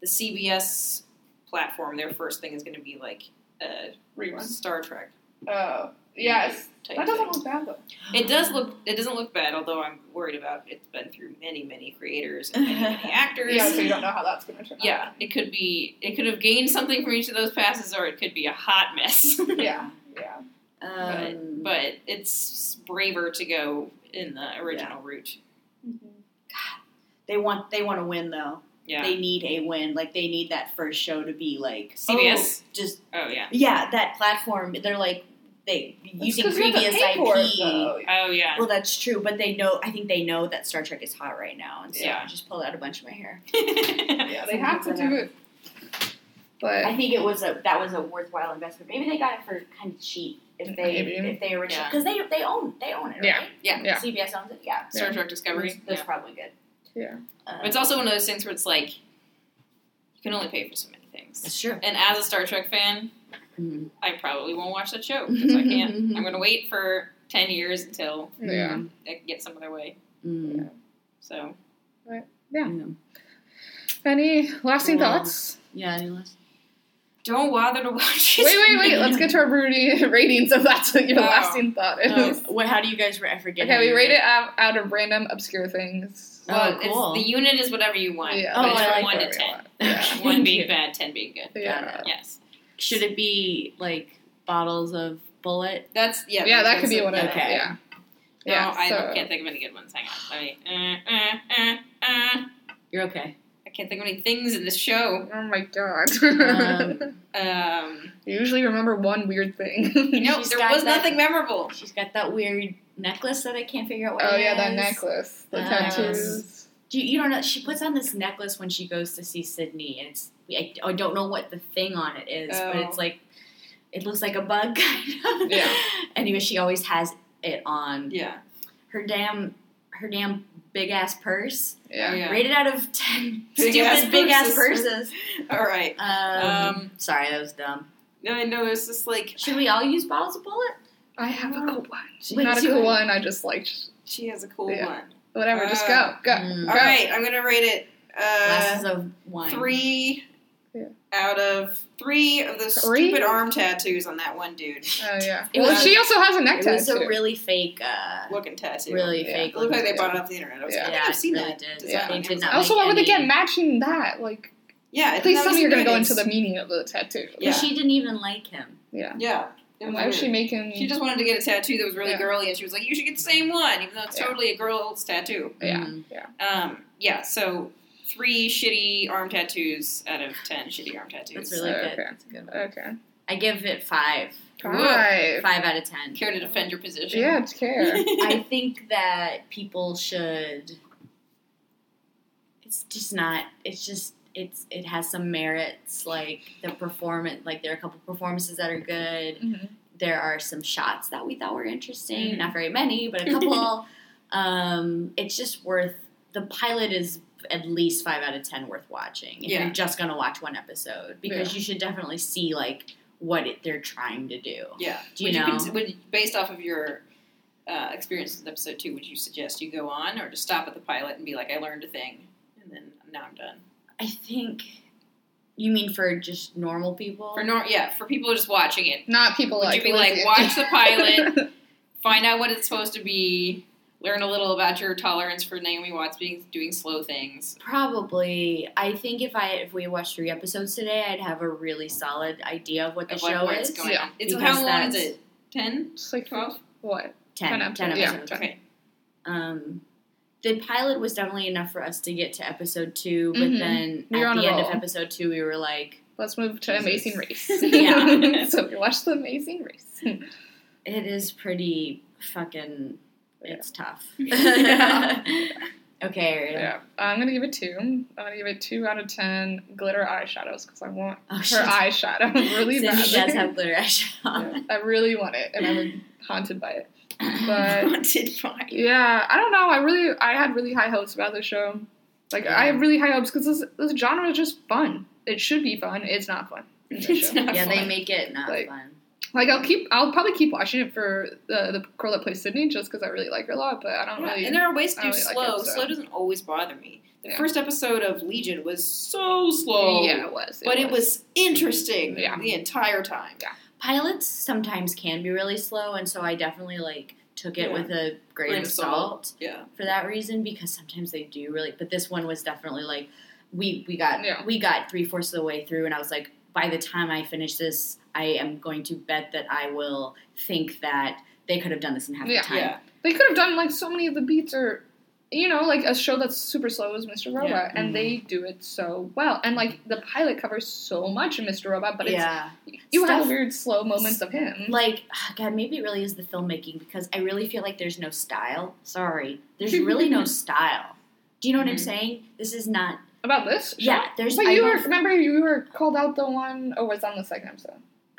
Speaker 1: the CBS platform, their first thing is going to be, like, uh,
Speaker 2: reruns.
Speaker 1: Star Trek.
Speaker 2: Oh, yes,
Speaker 1: Type
Speaker 2: that doesn't look bad though.
Speaker 1: It does look. It doesn't look bad, although I'm worried about. It's been through many, many creators and many, many actors.
Speaker 2: Yeah, so you don't know how that's going to turn out.
Speaker 1: Yeah, it could be. It could have gained something from each of those passes, or it could be a hot mess.
Speaker 2: Yeah, yeah,
Speaker 3: Um,
Speaker 1: but it's braver to go in the original route.
Speaker 3: they want they want to win though.
Speaker 1: Yeah.
Speaker 3: They need a win. Like they need that first show to be like
Speaker 1: CBS?
Speaker 3: oh, just
Speaker 1: oh yeah.
Speaker 3: yeah, that platform. They're like they using
Speaker 2: It's 'cause you have to
Speaker 3: previous
Speaker 2: pay
Speaker 3: IP.
Speaker 2: for it, though.
Speaker 1: Oh yeah.
Speaker 3: Well, that's true, but they know. I think they know that Star Trek is hot right now, and so
Speaker 1: Yeah.
Speaker 3: I just pulled out a bunch of my hair.
Speaker 2: Yeah, they have to do it.
Speaker 3: I
Speaker 2: But
Speaker 3: think it was a that was a worthwhile investment. Maybe they got it for kind of cheap if they
Speaker 2: Maybe.
Speaker 3: if they originally
Speaker 1: Yeah.
Speaker 3: because they they own they own it
Speaker 2: Yeah.
Speaker 3: right.
Speaker 1: Yeah.
Speaker 2: Yeah.
Speaker 3: CBS owns it. Yeah,
Speaker 1: Star Trek Discovery.
Speaker 3: That's- that's
Speaker 1: Yeah.
Speaker 3: probably good.
Speaker 2: Yeah.
Speaker 3: Uh,
Speaker 1: But It's also one of those things where it's like you can only pay for so many things.
Speaker 3: that's true.
Speaker 1: And as a Star Trek fan,
Speaker 3: Mhm.
Speaker 1: I probably won't watch that show because I can't. I'm going to wait for ten years until
Speaker 2: yeah,
Speaker 1: I can get some other way.
Speaker 3: Mm.
Speaker 1: So
Speaker 2: Yeah.
Speaker 3: Yeah.
Speaker 2: any lasting
Speaker 3: Wow.
Speaker 2: thoughts?
Speaker 3: Yeah, any last-
Speaker 1: don't bother to watch it.
Speaker 2: Wait, wait, wait. Let's get to our Rudy ratings if that's what your
Speaker 1: Oh.
Speaker 2: lasting thought is.
Speaker 3: Oh, what, how do you guys re- I forget?
Speaker 2: Okay,
Speaker 3: how
Speaker 2: we
Speaker 3: you
Speaker 2: rate it out, out of random obscure things.
Speaker 3: Oh,
Speaker 1: Well,
Speaker 3: cool.
Speaker 1: it's, the unit is whatever you want.
Speaker 2: Yeah,
Speaker 1: but
Speaker 3: Oh,
Speaker 1: it's
Speaker 3: I
Speaker 1: from
Speaker 3: like
Speaker 1: one to
Speaker 2: whatever you
Speaker 1: ten.
Speaker 2: want.
Speaker 3: Yeah.
Speaker 1: One
Speaker 3: Thank
Speaker 1: being
Speaker 3: you.
Speaker 1: bad, ten being good.
Speaker 2: Yeah.
Speaker 1: Yes.
Speaker 3: Should it be like bottles of bullet?
Speaker 1: That's yeah.
Speaker 2: Yeah, that
Speaker 1: that's
Speaker 2: could be
Speaker 1: a-
Speaker 2: what I
Speaker 3: Okay.
Speaker 2: Yeah.
Speaker 1: No,
Speaker 2: Yeah,
Speaker 1: I
Speaker 2: so-
Speaker 1: can't think of any good ones. Hang on. Let me. Uh, uh, uh, uh.
Speaker 3: You're okay.
Speaker 1: I can't think of any things in this show.
Speaker 2: Oh my god.
Speaker 3: Um,
Speaker 1: Um,
Speaker 2: you usually remember one weird thing.
Speaker 1: you know,
Speaker 3: She's
Speaker 1: there
Speaker 3: got
Speaker 1: was
Speaker 3: that-
Speaker 1: nothing memorable.
Speaker 3: She's got that weird necklace that I can't figure out what
Speaker 2: oh
Speaker 3: it
Speaker 2: yeah, that
Speaker 3: is.
Speaker 2: necklace, the
Speaker 1: Um,
Speaker 3: Yes.
Speaker 2: tattoos.
Speaker 3: Do you, you don't know? She puts on this necklace when she goes to see Sydney, and it's I, I don't know what the thing on it is, but
Speaker 1: Oh.
Speaker 3: it's like it looks like a bug. Kind of.
Speaker 2: Yeah.
Speaker 3: Anyway, she always has it on
Speaker 1: Yeah.
Speaker 3: her damn her damn big ass purse.
Speaker 1: Oh,
Speaker 2: Yeah.
Speaker 1: yeah.
Speaker 3: Rated out of ten.
Speaker 1: Big
Speaker 3: stupid
Speaker 1: ass
Speaker 3: big ass
Speaker 1: purses.
Speaker 3: purses.
Speaker 1: All right.
Speaker 3: Um,
Speaker 1: Um.
Speaker 3: sorry, that was dumb.
Speaker 1: No, I know. There's this like
Speaker 3: Should we all use bottles of bullet?
Speaker 2: I have a cool one.
Speaker 3: Wait,
Speaker 2: Not a
Speaker 3: do
Speaker 2: cool
Speaker 3: I-
Speaker 2: one. I just like
Speaker 1: she has a cool
Speaker 2: Yeah.
Speaker 1: one.
Speaker 2: whatever. just go,
Speaker 1: Uh,
Speaker 2: go.
Speaker 3: Mm.
Speaker 2: go.
Speaker 1: All right, I'm gonna rate it. Uh,
Speaker 3: Glasses of wine.
Speaker 1: three.
Speaker 2: Yeah.
Speaker 1: Out of three of those
Speaker 2: Three?
Speaker 1: stupid arm tattoos on that one dude,
Speaker 2: Oh yeah.
Speaker 3: It
Speaker 2: well,
Speaker 1: was-
Speaker 2: she also has a neck
Speaker 3: It was
Speaker 2: tattoo.
Speaker 3: a really fake, uh,
Speaker 1: looking tattoo.
Speaker 3: really
Speaker 2: Yeah.
Speaker 3: fake.
Speaker 1: It looked like they
Speaker 2: Yeah.
Speaker 1: bought it off the internet. I was
Speaker 2: Yeah.
Speaker 1: like, I
Speaker 3: Yeah,
Speaker 1: think I've seen
Speaker 3: it really
Speaker 1: that.
Speaker 3: did.
Speaker 1: design
Speaker 3: They
Speaker 1: on
Speaker 3: did
Speaker 1: Amazon.
Speaker 3: not
Speaker 2: also, why would they
Speaker 3: Like
Speaker 2: get
Speaker 3: any-
Speaker 2: matching that? Like,
Speaker 1: Yeah. it-
Speaker 2: please
Speaker 1: that
Speaker 2: tell
Speaker 1: was
Speaker 2: me you're gonna
Speaker 1: weird.
Speaker 2: go into the meaning of the tattoo.
Speaker 1: Yeah.
Speaker 3: But she didn't even like him.
Speaker 2: Yeah.
Speaker 1: Yeah. It was
Speaker 2: Why was she
Speaker 1: weird.
Speaker 2: making?
Speaker 1: She just wanted to get a tattoo that was really
Speaker 2: Yeah.
Speaker 1: girly, and she was like, "You should get the same one, even though it's
Speaker 2: Yeah.
Speaker 1: totally a girl's tattoo."
Speaker 2: Yeah.
Speaker 3: Mhm.
Speaker 1: Um, yeah. So three shitty arm tattoos out of ten shitty arm tattoos.
Speaker 3: That's really
Speaker 2: Okay.
Speaker 3: good. That's a good one.
Speaker 2: Okay.
Speaker 3: I give it five.
Speaker 2: Five.
Speaker 3: Five out of ten.
Speaker 1: care to defend your position.
Speaker 2: Yeah, it's care.
Speaker 3: I think that people should. It's just not. It's just. It's. It has some merits. Like the performance. Like there are a couple performances that are good.
Speaker 2: Mm-hmm.
Speaker 3: there are some shots that we thought were interesting.
Speaker 1: Mhm.
Speaker 3: Not very many, but a couple. um, it's just worth. The pilot is at least five out of ten worth watching. If
Speaker 1: Yeah.
Speaker 3: you're just gonna watch one episode, because you should definitely see like what it, they're trying to do.
Speaker 1: Yeah.
Speaker 3: Do you
Speaker 1: would
Speaker 3: know?
Speaker 1: You cons- would, based off of your uh, experience with episode two, would you suggest you go on or just stop at the pilot and be like, "I learned a thing," and then now I'm done?
Speaker 3: I think. You mean for just normal people?
Speaker 1: For nor- yeah, for people just watching it,
Speaker 2: Not people
Speaker 1: Would
Speaker 2: like
Speaker 1: you be
Speaker 2: Lizzie.
Speaker 1: like, watch the pilot? find out what it's supposed to be. learn a little about your tolerance for Naomi Watts being doing slow things.
Speaker 3: Probably, I think if I if we watched three episodes today, I'd have a really solid idea of what the
Speaker 1: of what-
Speaker 3: show
Speaker 1: where
Speaker 3: is.
Speaker 1: it's going.
Speaker 2: Yeah.
Speaker 1: on. It's
Speaker 3: Because
Speaker 1: how long is
Speaker 3: that's-
Speaker 1: it? 10?
Speaker 2: It's like
Speaker 1: 12?
Speaker 2: what?
Speaker 3: Ten,
Speaker 2: Ten
Speaker 3: ten
Speaker 2: episodes, yeah.
Speaker 3: episodes.
Speaker 1: Okay.
Speaker 3: Um, the pilot was definitely enough for us to get to episode two, but
Speaker 2: Mhm.
Speaker 3: then
Speaker 2: We were
Speaker 3: at
Speaker 2: on
Speaker 3: the
Speaker 2: a
Speaker 3: end of
Speaker 2: roll.
Speaker 3: episode two, we were like,
Speaker 2: Let's move to
Speaker 1: Jesus.
Speaker 2: Amazing Race.
Speaker 1: Yeah.
Speaker 2: so we watched the Amazing Race.
Speaker 3: it is pretty fucking.
Speaker 2: Yeah.
Speaker 3: It's tough.
Speaker 2: Yeah.
Speaker 3: okay, Ariel.
Speaker 2: yeah, I'm gonna give it two. I'm gonna give it two out of ten glitter eyeshadows because I want
Speaker 3: Oh,
Speaker 2: her
Speaker 3: shit.
Speaker 2: eyeshadow really
Speaker 3: Cindy
Speaker 2: badly.
Speaker 3: does have glitter eyeshadow. on.
Speaker 2: Yeah, I really want it, and I'm haunted by it. But-
Speaker 1: Haunted by-
Speaker 2: Yeah, I don't know. I really, I had really high hopes about this show. Like, I have really high hopes because this this genre is just fun. It should be fun. It's not fun. in this
Speaker 1: It's
Speaker 2: show.
Speaker 1: not
Speaker 3: Yeah, they
Speaker 1: fun.
Speaker 3: make it not
Speaker 2: Like-
Speaker 3: fun.
Speaker 2: Like, I'll keep, I'll probably keep watching it for the the girl that plays Sydney just because I really like her a lot. But I don't
Speaker 1: Yeah,
Speaker 2: really.
Speaker 1: and there are ways to
Speaker 2: I
Speaker 1: do
Speaker 2: really like
Speaker 1: slow.
Speaker 2: it, so.
Speaker 1: Slow doesn't always bother me. The
Speaker 2: Yeah.
Speaker 1: first episode of Legion was so slow.
Speaker 2: yeah, it was.
Speaker 1: But it was interesting
Speaker 2: Yeah.
Speaker 1: the entire time.
Speaker 3: Pilots sometimes can be really slow, and so I definitely like took it
Speaker 1: Yeah.
Speaker 3: with a grain
Speaker 1: Grain
Speaker 3: of
Speaker 1: of salt.
Speaker 3: salt
Speaker 1: Yeah.
Speaker 3: for that reason because sometimes they do really. But this one was definitely like we we got
Speaker 2: Yeah.
Speaker 3: we got three fourths of the way through, and I was like, by the time I finish this, I am going to bet that I will think that they could have done this in half
Speaker 2: Yeah.
Speaker 3: the time.
Speaker 1: Yeah.
Speaker 2: They could have done like so many of the beats or you know, like a show that's super slow is Mr. Robot, and
Speaker 3: Mhm.
Speaker 2: they do it so well. And like the pilot covers so much in Mr. Robot, but
Speaker 3: yeah.
Speaker 2: it's you have
Speaker 3: Stuff-
Speaker 2: weird slow moments of him.
Speaker 3: like god maybe it really is the filmmaking because i really feel like there's no style sorry there's really no style do you know what i'm
Speaker 1: Mhm.
Speaker 3: saying this is not
Speaker 2: About this, show?
Speaker 3: yeah there's
Speaker 2: Mm. But
Speaker 3: I
Speaker 2: you were
Speaker 3: don't-
Speaker 2: remember you were called out the one oh was on the second episode.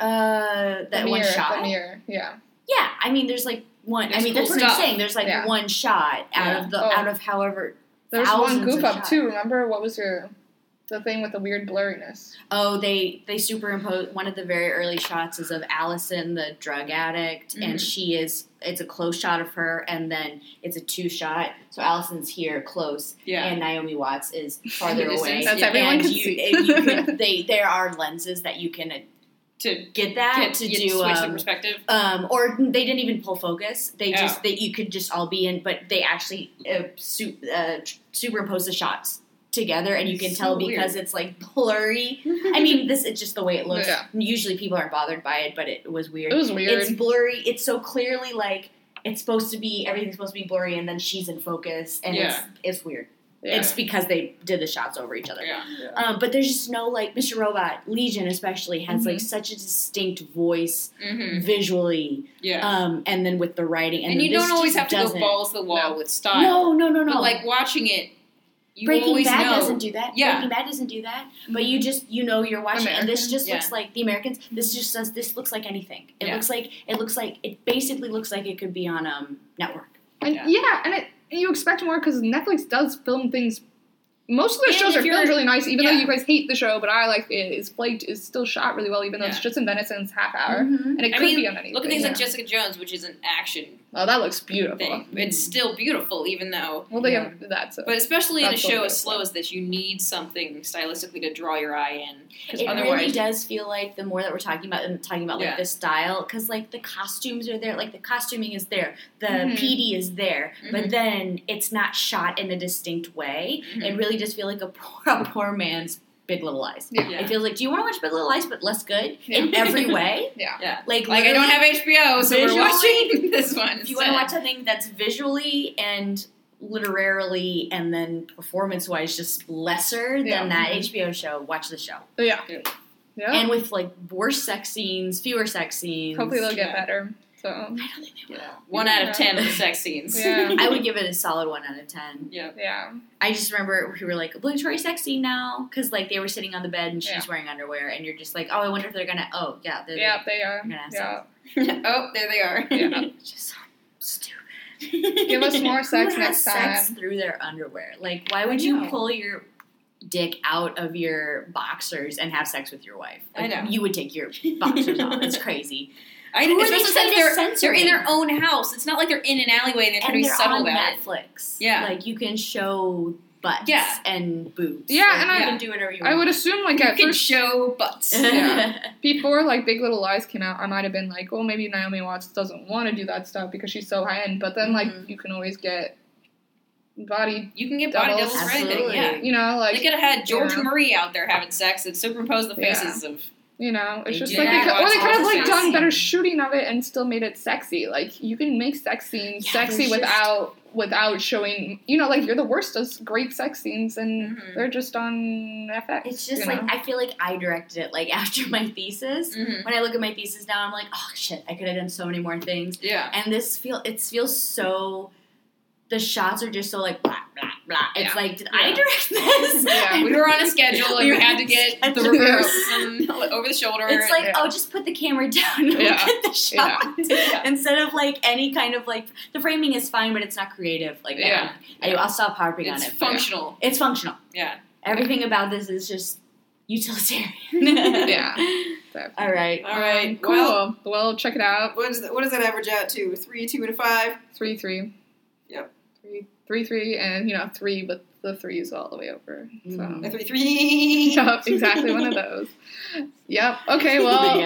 Speaker 3: uh that
Speaker 2: the
Speaker 3: one
Speaker 2: mirror,
Speaker 3: shot
Speaker 2: The mirror, yeah.
Speaker 3: yeah i mean there's like one i
Speaker 1: There's
Speaker 3: mean
Speaker 1: cool
Speaker 3: that's what i'm
Speaker 1: stuff.
Speaker 3: saying there's like
Speaker 2: Yeah.
Speaker 3: one shot out
Speaker 1: Yeah.
Speaker 3: of the
Speaker 2: Oh.
Speaker 3: out of however
Speaker 2: There's
Speaker 3: Thousands
Speaker 2: one goof
Speaker 3: of
Speaker 2: up
Speaker 3: shots.
Speaker 2: too. Remember what was your the thing with the weird blurriness?
Speaker 3: oh they they superimpose one of the very early shots is of allison the drug addict
Speaker 2: Mm-hmm.
Speaker 3: and she is it's a close shot of her and then it's a two shot so allison's here close
Speaker 1: Yeah.
Speaker 3: and Naomi Watts is farther
Speaker 1: distance.
Speaker 3: away.
Speaker 1: That's
Speaker 2: everyone
Speaker 3: and
Speaker 2: can
Speaker 3: you,
Speaker 2: see.
Speaker 3: and you can- they there are lenses that you can uh,
Speaker 1: to
Speaker 3: get that
Speaker 1: get-
Speaker 3: to
Speaker 1: you
Speaker 3: do.
Speaker 1: switch the
Speaker 3: Um,
Speaker 1: perspective.
Speaker 3: um, or they didn't even pull focus. They
Speaker 1: Yeah.
Speaker 3: just that you could just all be in, but they actually uh, su- uh, tr- superimpose the shots together, and you can
Speaker 1: So
Speaker 3: tell because it's like blurry. I mean, this it's just the way it looks.
Speaker 2: Yeah.
Speaker 3: Usually people aren't bothered by it, but it was weird.
Speaker 2: It was weird.
Speaker 3: It's blurry. It's so clearly like it's supposed to be everything's supposed to be blurry, and then she's in focus, and
Speaker 1: Yeah.
Speaker 3: it's it's weird.
Speaker 2: yeah.
Speaker 3: It's because they did the shots over each other.
Speaker 1: yeah.
Speaker 2: Yeah.
Speaker 3: Um, but there's just no like Mr. Robot Legion especially has
Speaker 2: Mm-hmm.
Speaker 3: like such a distinct voice
Speaker 1: hmm
Speaker 2: Mm.
Speaker 3: visually,
Speaker 1: Yeah.
Speaker 3: um, and then with the writing, and,
Speaker 1: and
Speaker 3: then
Speaker 1: you
Speaker 3: this
Speaker 1: don't always
Speaker 3: just
Speaker 1: have to
Speaker 3: doesn't.
Speaker 1: go balls to the wall
Speaker 2: No.
Speaker 1: with style.
Speaker 3: No, no, no, no.
Speaker 1: But like watching it, you
Speaker 3: Breaking
Speaker 1: always
Speaker 3: Bad
Speaker 1: know.
Speaker 3: doesn't do that.
Speaker 1: Yeah. Mm-hmm.
Speaker 3: Breaking Bad doesn't do that. But you just you know you're watching, and this
Speaker 2: American,
Speaker 3: just
Speaker 1: yeah.
Speaker 3: looks like the Americans. This just says this looks like anything. It
Speaker 1: Yeah.
Speaker 3: looks like it looks like it basically looks like it could be on um network.
Speaker 2: And
Speaker 1: Yeah.
Speaker 2: yeah, and, it, and you expect more because Netflix does film things. Most of their
Speaker 1: And
Speaker 2: shows
Speaker 1: if
Speaker 2: are
Speaker 1: you're-
Speaker 2: filmed really nice, even though
Speaker 1: yeah.
Speaker 2: you guys hate the show. But I like it. It's flaked. It's still shot really well, even though it's
Speaker 1: Yeah.
Speaker 2: just in Venice and it's half hour.
Speaker 3: Mhm.
Speaker 2: And it
Speaker 1: I
Speaker 2: could
Speaker 1: mean,
Speaker 2: be on anything.
Speaker 1: Look at things
Speaker 2: yeah.
Speaker 1: like Jessica Jones, which is an action
Speaker 2: oh, that looks beautiful.
Speaker 1: thing.
Speaker 3: Mm-hmm.
Speaker 1: It's still beautiful, even though.
Speaker 2: Well, they
Speaker 3: Yeah.
Speaker 2: have that. So.
Speaker 1: But especially in a
Speaker 2: That's what
Speaker 1: show
Speaker 2: it
Speaker 1: as
Speaker 2: is.
Speaker 1: slow as this, you need something stylistically to draw your eye in. Because
Speaker 3: It really
Speaker 1: otherwise,
Speaker 3: does feel like the more that we're talking about and talking about like
Speaker 1: Yeah.
Speaker 3: the style, because like the costumes are there, like the costuming is there, the
Speaker 1: Mm-hmm.
Speaker 2: Mhm.
Speaker 3: PD is there, but
Speaker 1: Mhm.
Speaker 3: then it's not shot in a distinct way.
Speaker 2: Mm-hmm.
Speaker 3: It really does feel like a poor, a poor man's Big Little Lies.
Speaker 2: yeah.
Speaker 1: Yeah.
Speaker 3: It feels like, do you want to watch Big Little Lies but less good in
Speaker 1: Yeah.
Speaker 3: every way?
Speaker 2: Yeah.
Speaker 1: Yeah.
Speaker 3: Like,
Speaker 1: Like, I don't
Speaker 3: literally,
Speaker 1: have HBO, so we're
Speaker 3: Visually,
Speaker 1: watching this one.
Speaker 3: If you want
Speaker 1: instead.
Speaker 3: to watch something that's visually and literarily and then performance wise just
Speaker 2: Yeah.
Speaker 3: lesser
Speaker 2: Mm-hmm. Oh.
Speaker 3: than that HBO show, watch the show.
Speaker 2: yeah,
Speaker 1: Yeah.
Speaker 2: yeah.
Speaker 3: And with like worse sex scenes, fewer sex scenes.
Speaker 2: Hopefully they'll get
Speaker 1: Yeah.
Speaker 2: better. So
Speaker 3: I don't think they will.
Speaker 1: One out of
Speaker 2: Yeah.
Speaker 1: ten of the sex scenes.
Speaker 2: Yeah.
Speaker 3: I would give it a solid one out of ten.
Speaker 1: yeah.
Speaker 2: yeah,
Speaker 3: I just remember we were like obligatory sex scene now because like they were sitting on the bed and she's
Speaker 2: Yeah.
Speaker 3: wearing underwear and you're just like oh I wonder if they're gonna oh yeah they're
Speaker 2: yeah, they are.
Speaker 3: I'm gonna have
Speaker 2: Yeah,
Speaker 1: oh, there they are.
Speaker 2: yeah.
Speaker 3: just so stupid.
Speaker 2: Give us more sex
Speaker 3: Who
Speaker 2: next
Speaker 3: has sex
Speaker 2: time.
Speaker 3: through their underwear? Like why
Speaker 1: I
Speaker 3: would you
Speaker 1: know.
Speaker 3: pull your dick out of your boxers and have sex with your wife?
Speaker 1: I
Speaker 3: Like,
Speaker 1: know.
Speaker 3: You would take your boxers off. It's crazy.
Speaker 1: I
Speaker 3: Who are they
Speaker 1: especially
Speaker 3: trying
Speaker 1: since
Speaker 3: to
Speaker 1: they're
Speaker 3: censor
Speaker 1: they're in their
Speaker 3: them?
Speaker 1: own house. It's not like they're in an alleyway and they're trying to
Speaker 3: and
Speaker 1: be
Speaker 3: they're
Speaker 1: subtle
Speaker 3: on
Speaker 1: about it.
Speaker 3: Netflix.
Speaker 1: Yeah.
Speaker 3: like you can show butts
Speaker 2: Yeah.
Speaker 3: and boobs.
Speaker 2: Yeah,
Speaker 3: Like,
Speaker 2: and
Speaker 3: you
Speaker 2: I-
Speaker 3: can do whatever you want.
Speaker 2: I would assume like at
Speaker 1: you can
Speaker 2: first
Speaker 1: show butts.
Speaker 2: yeah. before like Big Little Lies came out, I might have been like, well, maybe Naomi Watts doesn't want to do that stuff because she's so high end. But then like
Speaker 3: Mhm.
Speaker 2: you can always get body,
Speaker 1: You can get body
Speaker 2: Doubles.
Speaker 1: doubles for anything.
Speaker 3: Absolutely.
Speaker 1: Yeah.
Speaker 2: you know,
Speaker 1: They
Speaker 2: like
Speaker 1: could have had George
Speaker 2: Yeah.
Speaker 1: and Marie out there having sex and superimpose the
Speaker 2: Yeah.
Speaker 1: faces of.
Speaker 2: you know, it's
Speaker 3: They
Speaker 2: just
Speaker 3: did
Speaker 2: like they
Speaker 3: that
Speaker 2: could, or
Speaker 1: once
Speaker 2: they could have
Speaker 1: also
Speaker 2: like done
Speaker 1: seen.
Speaker 2: better shooting of it and still made it sexy. Like you can make sex scenes
Speaker 3: Yeah,
Speaker 2: sexy
Speaker 3: there's just-
Speaker 2: without without showing, you know, like you're the worst does great sex scenes and
Speaker 1: Mhm.
Speaker 2: they're just on FX.
Speaker 3: Mm-hmm. It's just
Speaker 2: you
Speaker 3: like
Speaker 2: know? Mm-hmm.
Speaker 3: I feel like I directed it. Like after my thesis,
Speaker 1: Mhm.
Speaker 3: when I look at my thesis now, I'm like, oh shit, I could have done so many more things.
Speaker 1: Yeah.
Speaker 3: And this feel it feels so. The shots are just so like blah blah blah. It's
Speaker 1: Yeah.
Speaker 3: like did I
Speaker 2: Yeah.
Speaker 3: direct this?
Speaker 2: Yeah,
Speaker 1: We were on a schedule and we,
Speaker 3: We were
Speaker 1: had
Speaker 3: on
Speaker 1: to
Speaker 3: a
Speaker 1: get the
Speaker 3: schedule.
Speaker 1: reverse and over the shoulder.
Speaker 3: It's like,
Speaker 2: Yeah.
Speaker 3: oh, just put the camera down and
Speaker 2: Yeah.
Speaker 3: look at the shot. Instead of like any kind of like the framing is fine, but it's not creative like that.
Speaker 1: Yeah.
Speaker 3: I, I'll stop harping
Speaker 1: it's
Speaker 3: on it. but
Speaker 1: functional.
Speaker 3: It's functional.
Speaker 1: Yeah.
Speaker 3: Everything about this is just utilitarian.
Speaker 2: Yeah.
Speaker 3: All right.
Speaker 1: All right.
Speaker 2: cool.
Speaker 1: Well,
Speaker 2: Well, check it out.
Speaker 1: what, is, what does that average out to? Three, two, and a five.
Speaker 2: Three three.
Speaker 1: Yep.
Speaker 2: Three three three and you know, three but the threes all the way over.
Speaker 3: Mhm.
Speaker 2: So
Speaker 1: A three, three.
Speaker 2: Yep, exactly one of those. Yep. Okay,
Speaker 3: Yeah.
Speaker 2: well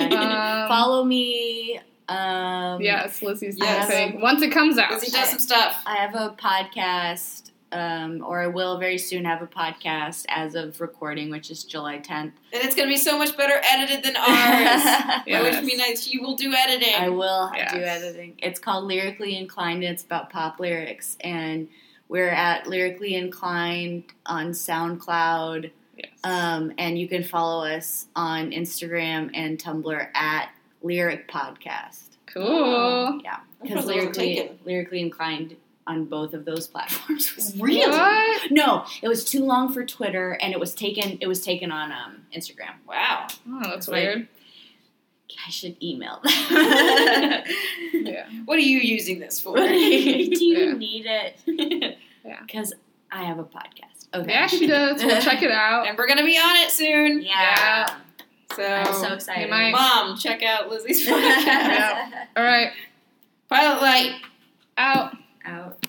Speaker 2: um,
Speaker 3: Follow me. Um,
Speaker 2: Yes, Lizzie's
Speaker 1: Yes.
Speaker 2: thing. Once it comes out.
Speaker 1: Lizzie does some stuff.
Speaker 3: I have a podcast, um, or I will very soon have a podcast as of recording, which is July 10th.
Speaker 1: And it's going to be so much better edited than ours.
Speaker 2: Yes.
Speaker 1: Which means you will do editing.
Speaker 3: I will
Speaker 2: Yes.
Speaker 3: do editing. It's called Lyrically Inclined, and it's about pop lyrics. And we're at Lyrically Inclined on SoundCloud.
Speaker 2: Yes.
Speaker 3: Um, and you can follow us on Instagram and Tumblr at Lyric Podcast.
Speaker 2: cool.
Speaker 3: Yeah.
Speaker 1: I thought those
Speaker 3: Because
Speaker 1: were
Speaker 3: lyrically,
Speaker 1: taken.
Speaker 3: lyrically Inclined on both of those platforms was
Speaker 1: Really?
Speaker 2: What?
Speaker 3: No, it was too long for Twitter, and it was taken. It was taken on um, Instagram.
Speaker 1: Wow.
Speaker 2: Oh, that's
Speaker 3: It's like-
Speaker 2: weird.
Speaker 3: I should email them.
Speaker 2: yeah.
Speaker 1: What are you using this for?
Speaker 3: do you
Speaker 2: Yeah.
Speaker 3: need it?
Speaker 2: Yeah.
Speaker 3: Because I have a podcast. Okay.
Speaker 2: Yeah, she does. We'll check it out.
Speaker 1: and we're going to be on it soon.
Speaker 3: Oh. Yeah.
Speaker 1: So,
Speaker 3: I'm so excited.
Speaker 2: Oh, you might-
Speaker 1: Mom, check out Lizzie's podcast.
Speaker 2: All right.
Speaker 1: Pilot Light.
Speaker 2: Out.
Speaker 3: Out.